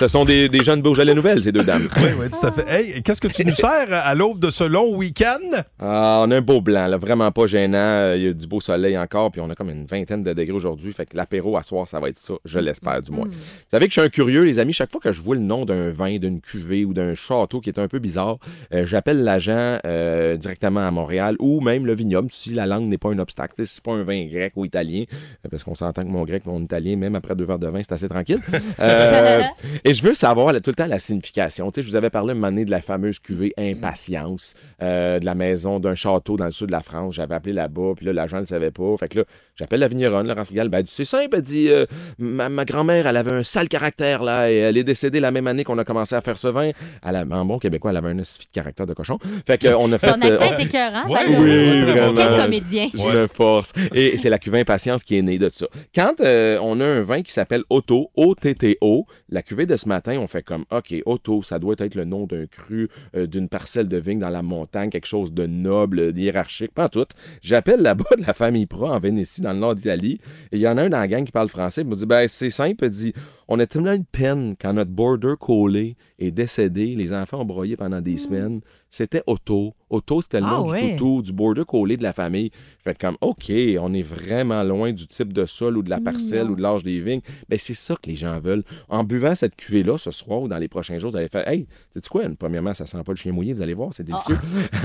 S16: Ce sont des, des jeunes beaux à la nouvelle, ces deux dames.
S4: Oui, oui, tout à fait. Hey, qu'est-ce que tu nous sers euh, à l'aube de ce long week-end?
S16: Ah, on a un beau blanc, là, vraiment pas gênant. Euh, Il y a du beau soleil encore, puis on a comme une vingtaine de degrés aujourd'hui. Fait que l'apéro à soir, ça va être ça, je l'espère du moins.
S11: Mm.
S16: Vous savez que je suis un curieux, les amis. Chaque fois que je vois le nom d'un vin, d'une cuvée ou d'un château qui est un peu bizarre, euh, j'appelle l'agent euh, directement à Montréal ou même le vignoble si la langue n'est pas un obstacle. Tu sais, Si c'est pas un vin grec ou italien, euh, parce qu'on s'entend que mon grec, mon italien, même après deux verres de vin, c'est assez tranquille. Euh, et je veux savoir là, tout le temps la signification. Tu sais, je vous avais parlé un moment donné de la fameuse cuvée
S5: Mm.
S16: Impatience, euh, de la maison d'un château dans le sud de la France. J'avais appelé là-bas, puis là, l'agent ne le savait pas. Fait que là, j'appelle la vigneronne, Laurence Rigal. Ben, elle dit, c'est simple, elle dit, euh, ma, ma grand-mère, elle avait un sale caractère, là, et elle est décédée la même année qu'on a commencé à faire ce vin. Elle a- en bon québécois, elle avait un esti de caractère de cochon. Fait que, euh, on a fait.
S5: Ton accent
S16: on-
S5: est écœurant,
S16: Ouais,
S5: par
S16: oui,
S5: contre.
S16: vraiment.
S5: Quel comédien.
S16: Je le force. Et c'est la cuvée Impatience qui est née de ça. Quand euh, on a un vin qui s'appelle Otto, O-T-T-O, la cuvée de ce matin, on fait comme OK, Otto, ça doit être le nom d'un cru, euh, d'une parcelle de vigne dans la montagne, quelque chose de noble, hiérarchique, pas en tout. J'appelle là-bas de la famille Pro en Vénétie, dans le nord d'Italie. Et il y en a un dans la gang qui parle français. Il me dit ben, C'est simple, il dit On a tellement une peine quand notre border collé est décédé, les enfants ont broyé pendant des semaines. C'était Otto. Otto, c'était le
S11: Ah
S16: nom du
S11: ouais.
S16: toutou autour du border collé de la famille. Fait que comme, OK, on est vraiment loin du type de sol ou de la parcelle
S11: Non.
S16: ou de l'âge des vignes. Mais c'est ça que les gens veulent. En buvant cette cuvée-là ce soir ou dans les prochains jours, vous allez faire, hey, sais quoi? Premièrement, ça sent pas le chien mouillé, vous allez voir, c'est délicieux.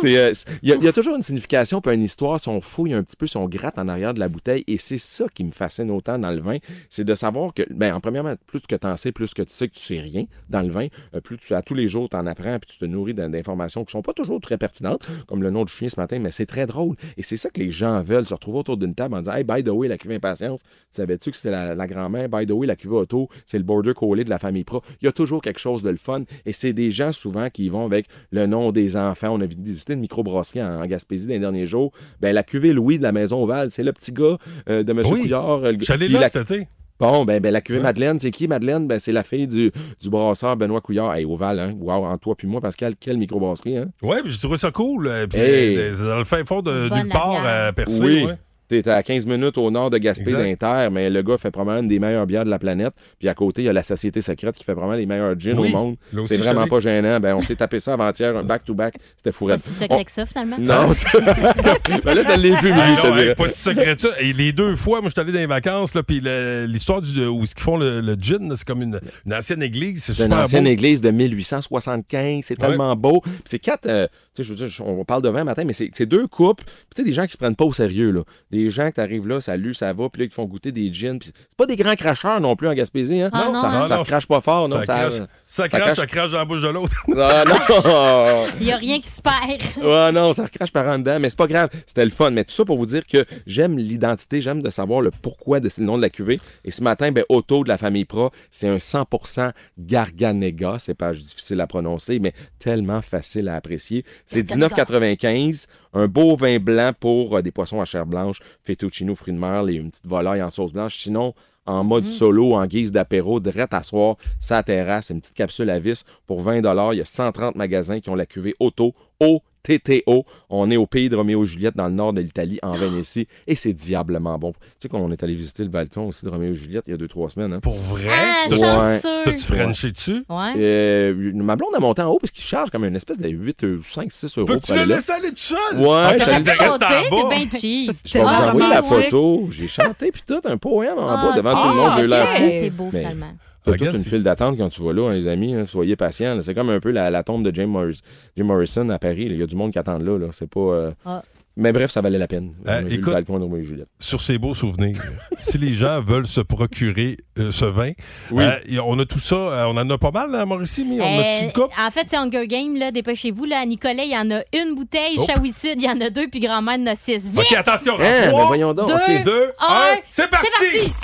S16: C'est, euh, c'est- Il y, a- il y a toujours une signification puis une histoire. Si on fouille un petit peu, si on gratte en arrière de la bouteille, et c'est ça qui me fascine autant dans le vin, c'est de savoir que, ben, en premièrement, plus que tu en sais, plus que tu sais que tu sais rien dans le vin, euh, plus tu, à tous les jours, tu en apprends puis tu te nourris d'in- d'informations qui sont pas toujours très pertinentes, comme le nom du chien ce matin, mais c'est très drôle. Et c'est ça que les gens veulent, se retrouver autour d'une table en disant, hey, by the way, la cuvée impatience, tu savais-tu que c'était la, la grand-mère? By the way, la cuvée auto, c'est le border collé de la famille pro. Il y a toujours quelque chose de le fun. Et c'est des gens souvent qui vont avec le nom des enfants. On a visité une microbrasserie en, en Gaspésie dans les derniers jours. Ben, la cuvée Louis de la Maison Ovale, c'est le petit gars euh, de M. Couillard. euh, le-
S4: Je suis allé
S16: puis
S4: là
S16: la-
S4: cet été.
S16: Bon, ben, ben, la cuvée Madeleine, c'est qui Madeleine? Ben, c'est la fille du, du brasseur Benoît Couillard. Hey, Oval, hein? Wow, en toi puis moi, Pascal, quelle microbrasserie, hein?
S4: Oui, puis j'ai trouvé ça cool. euh, puis,
S16: Hey.
S4: euh, dans le fin fond de
S16: Bonne
S4: nulle part
S16: arrière.
S4: à Percé.
S16: Oui.
S4: ouais.
S16: T'es à 15 minutes au nord de Gaspé
S4: Exact.
S16: d'Inter, mais le gars fait probablement une des meilleures bières de la planète. Puis à côté, il y a la Société Secrète qui fait probablement les meilleurs gins
S4: Oui.
S16: au monde.
S4: Là aussi,
S16: C'est vraiment
S4: je
S16: pas gênant. Ben, on s'est tapé ça avant-hier, un back-to-back. C'était fourré.
S5: Pas si secret que
S4: Oh.
S5: ça, finalement.
S16: Non, ça-
S3: Ah.
S16: Ben là, ça l'est plus,
S4: Ah
S16: Mimi, je te
S4: non,
S16: dirais.
S4: hey, pas si secret que ça. Et les deux fois, moi, je suis allé dans les vacances, là, puis le- l'histoire du- où ce qu'ils font le, le gin, là, c'est comme une, une ancienne église. C'est
S16: C'est une
S4: super
S16: ancienne
S4: beau.
S16: église de 1875. C'est tellement beau. Puis c'est quatre. euh, tu sais, je veux dire, on parle de vin matin, mais c'est c'est deux couples. Puis tu sais, des gens qui se prennent pas au sérieux, là. Des gens qui arrivent là, salut, ça va, puis là, ils te font goûter des gins. Puis c'est pas des grands cracheurs non plus en Gaspésie, hein.
S5: Ah, non,
S16: ça,
S5: hein.
S16: ça
S4: Ah, non.
S16: crache pas fort, non.
S4: Ça crache, ça crache, ça crache dans la bouche de l'autre.
S16: Ah, non!
S5: Il n'y a rien qui se perd.
S16: Ah non, ça recrache par en dedans, mais c'est pas grave. C'était le fun. Mais tout ça pour vous dire que j'aime l'identité, j'aime de savoir le pourquoi de le nom de la cuvée. Et ce matin, ben, Otto de la famille Pro, c'est un 100% Garganega. C'est pas difficile à prononcer, mais tellement facile à apprécier. C'est 19,95. Un beau vin blanc pour euh, des poissons à chair blanche, fettuccino, fruits de mer, les- une petite volaille en sauce blanche. Sinon, en
S5: Mm-hmm.
S16: mode solo, en guise d'apéro, direct à soir, sa terrasse, une petite capsule à vis pour 20 Il y a 130 magasins qui ont la cuvée Auto, O-T-T-O. On est au pays de Roméo et Juliette, dans le nord de l'Italie,
S5: Ah!
S16: en Vénétie, et c'est diablement bon. Tu sais qu'on est allé visiter le balcon aussi de Roméo et Juliette il y a 2-3 semaines. hein.
S4: Pour vrai?
S5: Ah, chanceux. T'as-tu
S4: frenché dessus?
S5: Ouais.
S16: Euh, ma blonde a monté en haut parce qu'il charge comme une espèce de euh, 8, 5, 6 euros.
S4: Veux-tu
S16: pour
S4: le
S16: aller là.
S4: laisses aller tout seul?
S16: Ouais,
S4: Ah,
S16: je
S4: t'as
S16: suis allé-
S4: fait monter, t'es
S5: bien cheap.
S16: je vais vous
S5: Ah,
S4: hein,
S16: envoyer la
S5: romantique.
S16: photo. J'ai chanté puis tout un poème en
S5: Ah,
S16: bas devant
S5: ok.
S16: tout le monde. J'ai eu l'air
S5: Ah,
S16: fou.
S5: t'es beau,
S16: Mais
S5: finalement.
S16: il y a
S4: Ah,
S16: toute
S4: gars,
S16: une
S4: c'est-
S16: file d'attente quand tu vas là, hein, les amis. hein. soyez patients. là. C'est comme un peu la, la tombe de Jim, Morris- Jim Morrison à Paris. là. Il y a du monde qui attend là. là. C'est pas. euh,
S5: Ah.
S16: Mais bref, ça valait la peine.
S4: Euh,
S16: On a vu le
S4: écoute-
S16: balcon de Roméo et Juliette.
S4: sur ces beaux souvenirs. si les gens veulent se procurer euh, ce vin, euh, y- on a tout ça, euh, on en a pas mal à Mauricie, mais on a-tu
S5: Euh,
S4: de quoi?
S5: en fait, c'est Hunger Game, là. Dépêchez-vous, là. À Nicolas, il y en a une bouteille.
S4: Oh.
S5: Chaoui Sud, il y en a deux. Puis Grand-Mère, il y en a six. Vite!
S4: OK, attention,
S5: Hein,
S4: en
S5: mais
S4: trois,
S5: voyons donc, ok.
S4: deux, un, c'est parti!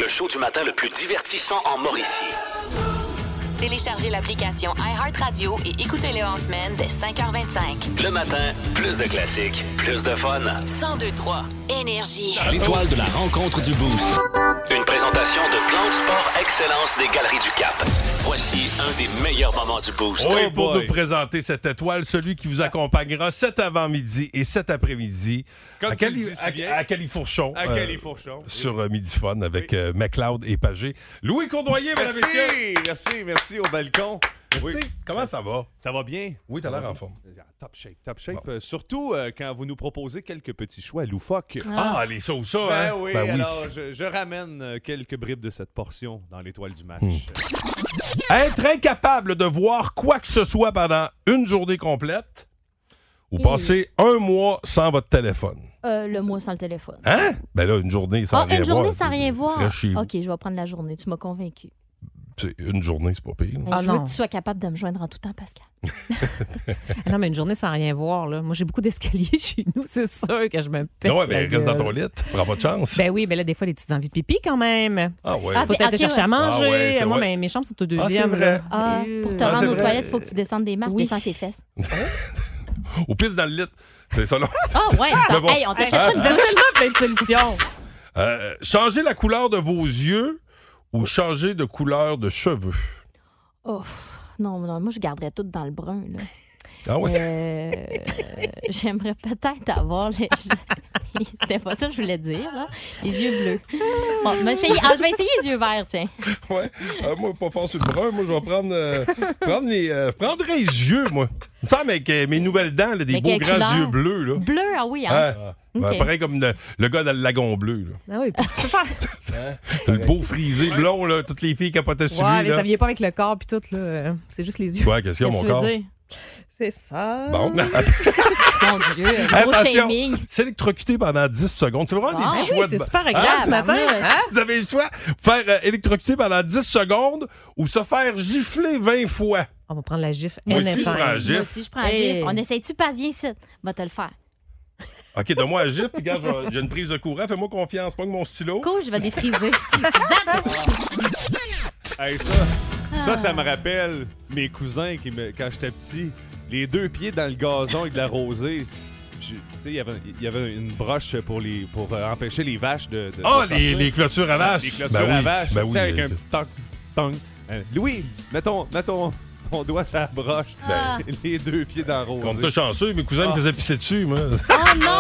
S2: Le show du matin le plus divertissant en Mauricie.
S8: Téléchargez l'application iHeartRadio et écoutez-le en semaine dès 5h25.
S2: Le matin, plus de classiques, plus de fun.
S8: 1023 Énergie.
S2: L'étoile de la rencontre du Boost. Une présentation de Plan de Sport Excellence des Galeries du Cap. Voici Voici un des meilleurs moments du boost.
S4: Oui, Oh, pour nous présenter cette étoile, celui qui vous accompagnera cet avant-midi et cet après-midi
S14: Comme
S4: à,
S14: tu le dis
S4: Cali-
S14: si
S4: à-
S14: bien.
S4: à Califourchon.
S14: À Califourchon, oui.
S4: Sur euh, Midi Fun avec euh, McLeod et Pagé. Louis Courdoyer, mesdames et
S14: merci,
S4: messieurs.
S14: Merci, merci au balcon.
S4: Merci. Comment ça va?
S14: Ça va bien? Euh,
S4: Oui, t'as l'air en forme.
S14: Top shape, top shape. Euh, surtout euh, quand vous nous proposez quelques petits choix loufoques.
S4: Ah, Ah. les sauces, ça,
S14: Ben
S4: hein?
S14: oui,
S4: Ben oui.
S14: alors je, je ramène euh, quelques bribes de cette portion dans l'étoile du
S4: Hmm.
S14: match.
S4: Être incapable de voir quoi que ce soit pendant une journée complète ou
S5: Hmm.
S4: passer un mois sans votre téléphone.
S5: Euh, le mois sans le téléphone.
S4: Hein? Ben là, une journée sans
S5: Ah,
S4: rien
S5: une journée
S4: voir,
S5: sans rien voir.
S4: Reste chez vous.
S5: OK, je vais prendre la journée. Tu m'as convaincu. Ben,
S4: C'est une journée, c'est pas pire.
S5: je veux que tu sois capable de me joindre en tout temps, Pascal.
S3: non, mais une journée sans rien voir, là. Moi, j'ai beaucoup d'escaliers chez nous, c'est sûr que je me pète.
S4: Non, Ben ouais,
S3: la
S4: mais reste dans ton
S3: gueule.
S4: lit, prends pas de chance.
S3: Ben oui, mais là, des fois, les petites envies de pipi quand même.
S4: Ah ouais.
S3: Faut
S5: Ah,
S3: peut-être
S5: ok,
S3: chercher
S5: ouais.
S3: à manger.
S4: Ah ouais, c'est
S3: Moi, ben,
S4: vrai.
S3: mes- mes chambres sont au
S4: Ah, c'est
S3: deuxième.
S4: vrai.
S3: là.
S5: Ah, pour te
S4: Ah, c'est
S5: rendre aux
S4: vrai.
S5: toilettes, il faut que tu descendes des marches, descends tes fesses.
S4: Ou pisse dans le lit. C'est ça, là.
S5: Ah ouais,
S4: Mais bon.
S5: hey, on t'achète pas
S4: Ah,
S5: une
S4: vous avez
S5: douche.
S3: plein de solutions.
S4: Euh, changer la couleur de vos yeux ou changer de couleur de cheveux.
S5: Oh, non, non, moi, je garderais tout dans le brun. là.
S4: Ah ouais?
S5: Euh, J'aimerais peut-être avoir les... C'était pas ça que je voulais dire, là. Les yeux bleus. Bon, je vais essayer, ah, je vais essayer les yeux verts, tiens.
S4: Ouais. Euh, moi, pas fort sur le brun. Moi, je vais prendre, euh, prendre les, euh, je prendrais les yeux, moi. Il me semble avec euh, mes nouvelles dents, là, des
S5: Mais
S4: beaux
S5: quelle
S4: grands
S5: couleur?
S4: yeux bleus. Là.
S5: Bleu, ah oui, hein?
S4: Hein?
S5: Ok.
S4: Ouais, pareil comme le, le gars dans le lagon bleu. là.
S3: Ah oui, puis tu peux faire.
S4: Le beau frisé blond, là, toutes les filles qui capotaient sur
S3: Ouais,
S4: lui.
S3: mais ça
S4: Là.
S3: vient pas avec le corps puis tout, là. Euh, C'est juste les yeux.
S4: Ouais, qu'est-ce qu'il y a, mon corps?
S3: C'est ça.
S4: Bon.
S5: Mon Dieu, gros
S4: Attention,
S5: shaming.
S4: s'électrocuter pendant 10 secondes. C'est vraiment
S5: Ah
S4: des
S5: oui,
S4: choix de-
S5: c'est super agréable
S4: Hein,
S5: ce
S4: ça-
S5: matin.
S4: hein, Vous avez le choix. Faire euh, électrocuter pendant 10 secondes ou se faire gifler 20 fois.
S3: On va prendre la gifle.
S4: Moi
S5: Elle
S4: aussi,
S5: est
S4: je prends la
S5: peinte. Moi
S4: gifle.
S5: aussi, je prends la
S3: Hey.
S5: gifle. On essaye-tu, Pascal? Viens ici. Va te le faire.
S4: OK, donne-moi la gifle. Puis, regarde, je vais- j'ai une prise de courant. Fais-moi confiance. Pogne mon stylo.
S5: Cool, je vais défriser.
S14: Hey, ça, ça, ça me rappelle mes cousins qui me, quand j'étais petit, les deux pieds dans le gazon et de la rosée. Je- Tu sais, il y avait- il y avait une broche pour, les, pour euh, empêcher les vaches de. de-
S4: Ah,
S14: de
S4: les-
S14: sortir.
S4: les clôtures à vaches.
S14: Les clôtures
S4: Ben
S14: à
S4: oui,
S14: vaches.
S4: ben
S14: tu
S4: oui.
S14: sais, avec un petit toc, toc. Euh, Louis, mets ton, mets ton- ton doigt sur la broche.
S5: Ah.
S14: Les deux pieds dans la rosée. Ah.
S4: Comme t'es chanceux, mes cousins me faisaient pisser dessus, moi.
S5: Oh non!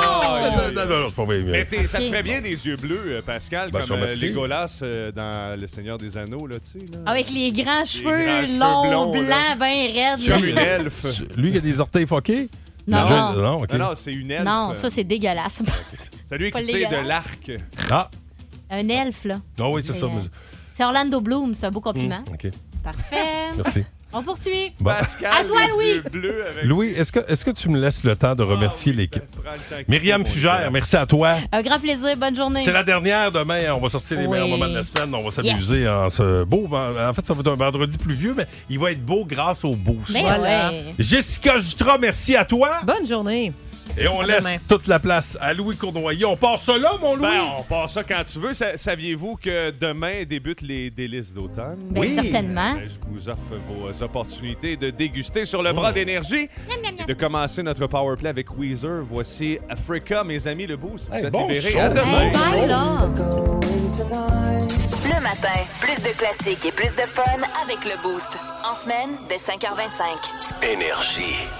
S4: non, non, non, c'est pas vrai.
S14: Mais t'es- ça te
S5: Ok.
S14: ferait bien des yeux bleus, euh, Pascal,
S4: Ben, je te
S14: comme euh,
S4: remercie.
S14: Legolas euh, dans Le Seigneur des Anneaux, là, tu sais. là.
S5: Avec les grands cheveux
S14: grands cheveux
S5: longs,
S14: blonds, là.
S5: blancs, bien raides.
S14: Comme
S5: là.
S14: une elfe.
S4: Lui qui a des orteils foqués?
S5: Non.
S4: Je- Non, OK.
S14: Non, non, c'est une elfe.
S5: Non, ça, c'est dégueulasse.
S14: Celui
S5: Pas
S14: qui tire
S5: dégueulasse.
S14: de l'arc.
S4: Ah,
S5: Un elfe, là.
S4: ah oui, c'est ça.
S5: Mais,
S4: mais-
S5: euh, C'est Orlando Bloom, c'est un beau compliment.
S4: Hmm, OK.
S5: Parfait.
S4: Merci.
S5: On poursuit.
S4: Bon.
S5: À toi, Louis.
S4: Louis, est-ce que, est-ce que tu me laisses le temps de remercier l'équipe? Myriam Fugère, merci à toi.
S5: Un grand plaisir. Bonne journée.
S4: C'est la dernière demain. On va sortir les
S5: Oui.
S4: meilleurs moments de la semaine. On va s'amuser en ce beau. vend- En fait, ça va être un vendredi pluvieux, mais il va être beau grâce au beau.
S3: Ben
S4: Voilà.
S3: ouais.
S4: Jessica Jutra, merci à toi.
S3: Bonne journée.
S4: Et on
S3: À
S4: laisse
S3: demain.
S4: toute la place à Louis Cournoyer. On part ça là, mon Louis.
S14: Ben, on passe ça quand tu veux. Sa- Saviez-vous que demain débutent les délices d'automne?
S5: Ben, Oui. certainement.
S14: Ben, je vous offre vos opportunités de déguster sur le bras d'énergie et de commencer notre power play avec Weezer. Voici Africa, mes amis, le boost. Vous
S4: Hey,
S14: êtes
S4: bon
S14: libérés.
S4: show.
S14: À demain.
S4: Hey, bye,
S8: Le matin, plus de classiques et plus de fun avec le Boost. En semaine, dès 5h25.
S2: Énergie.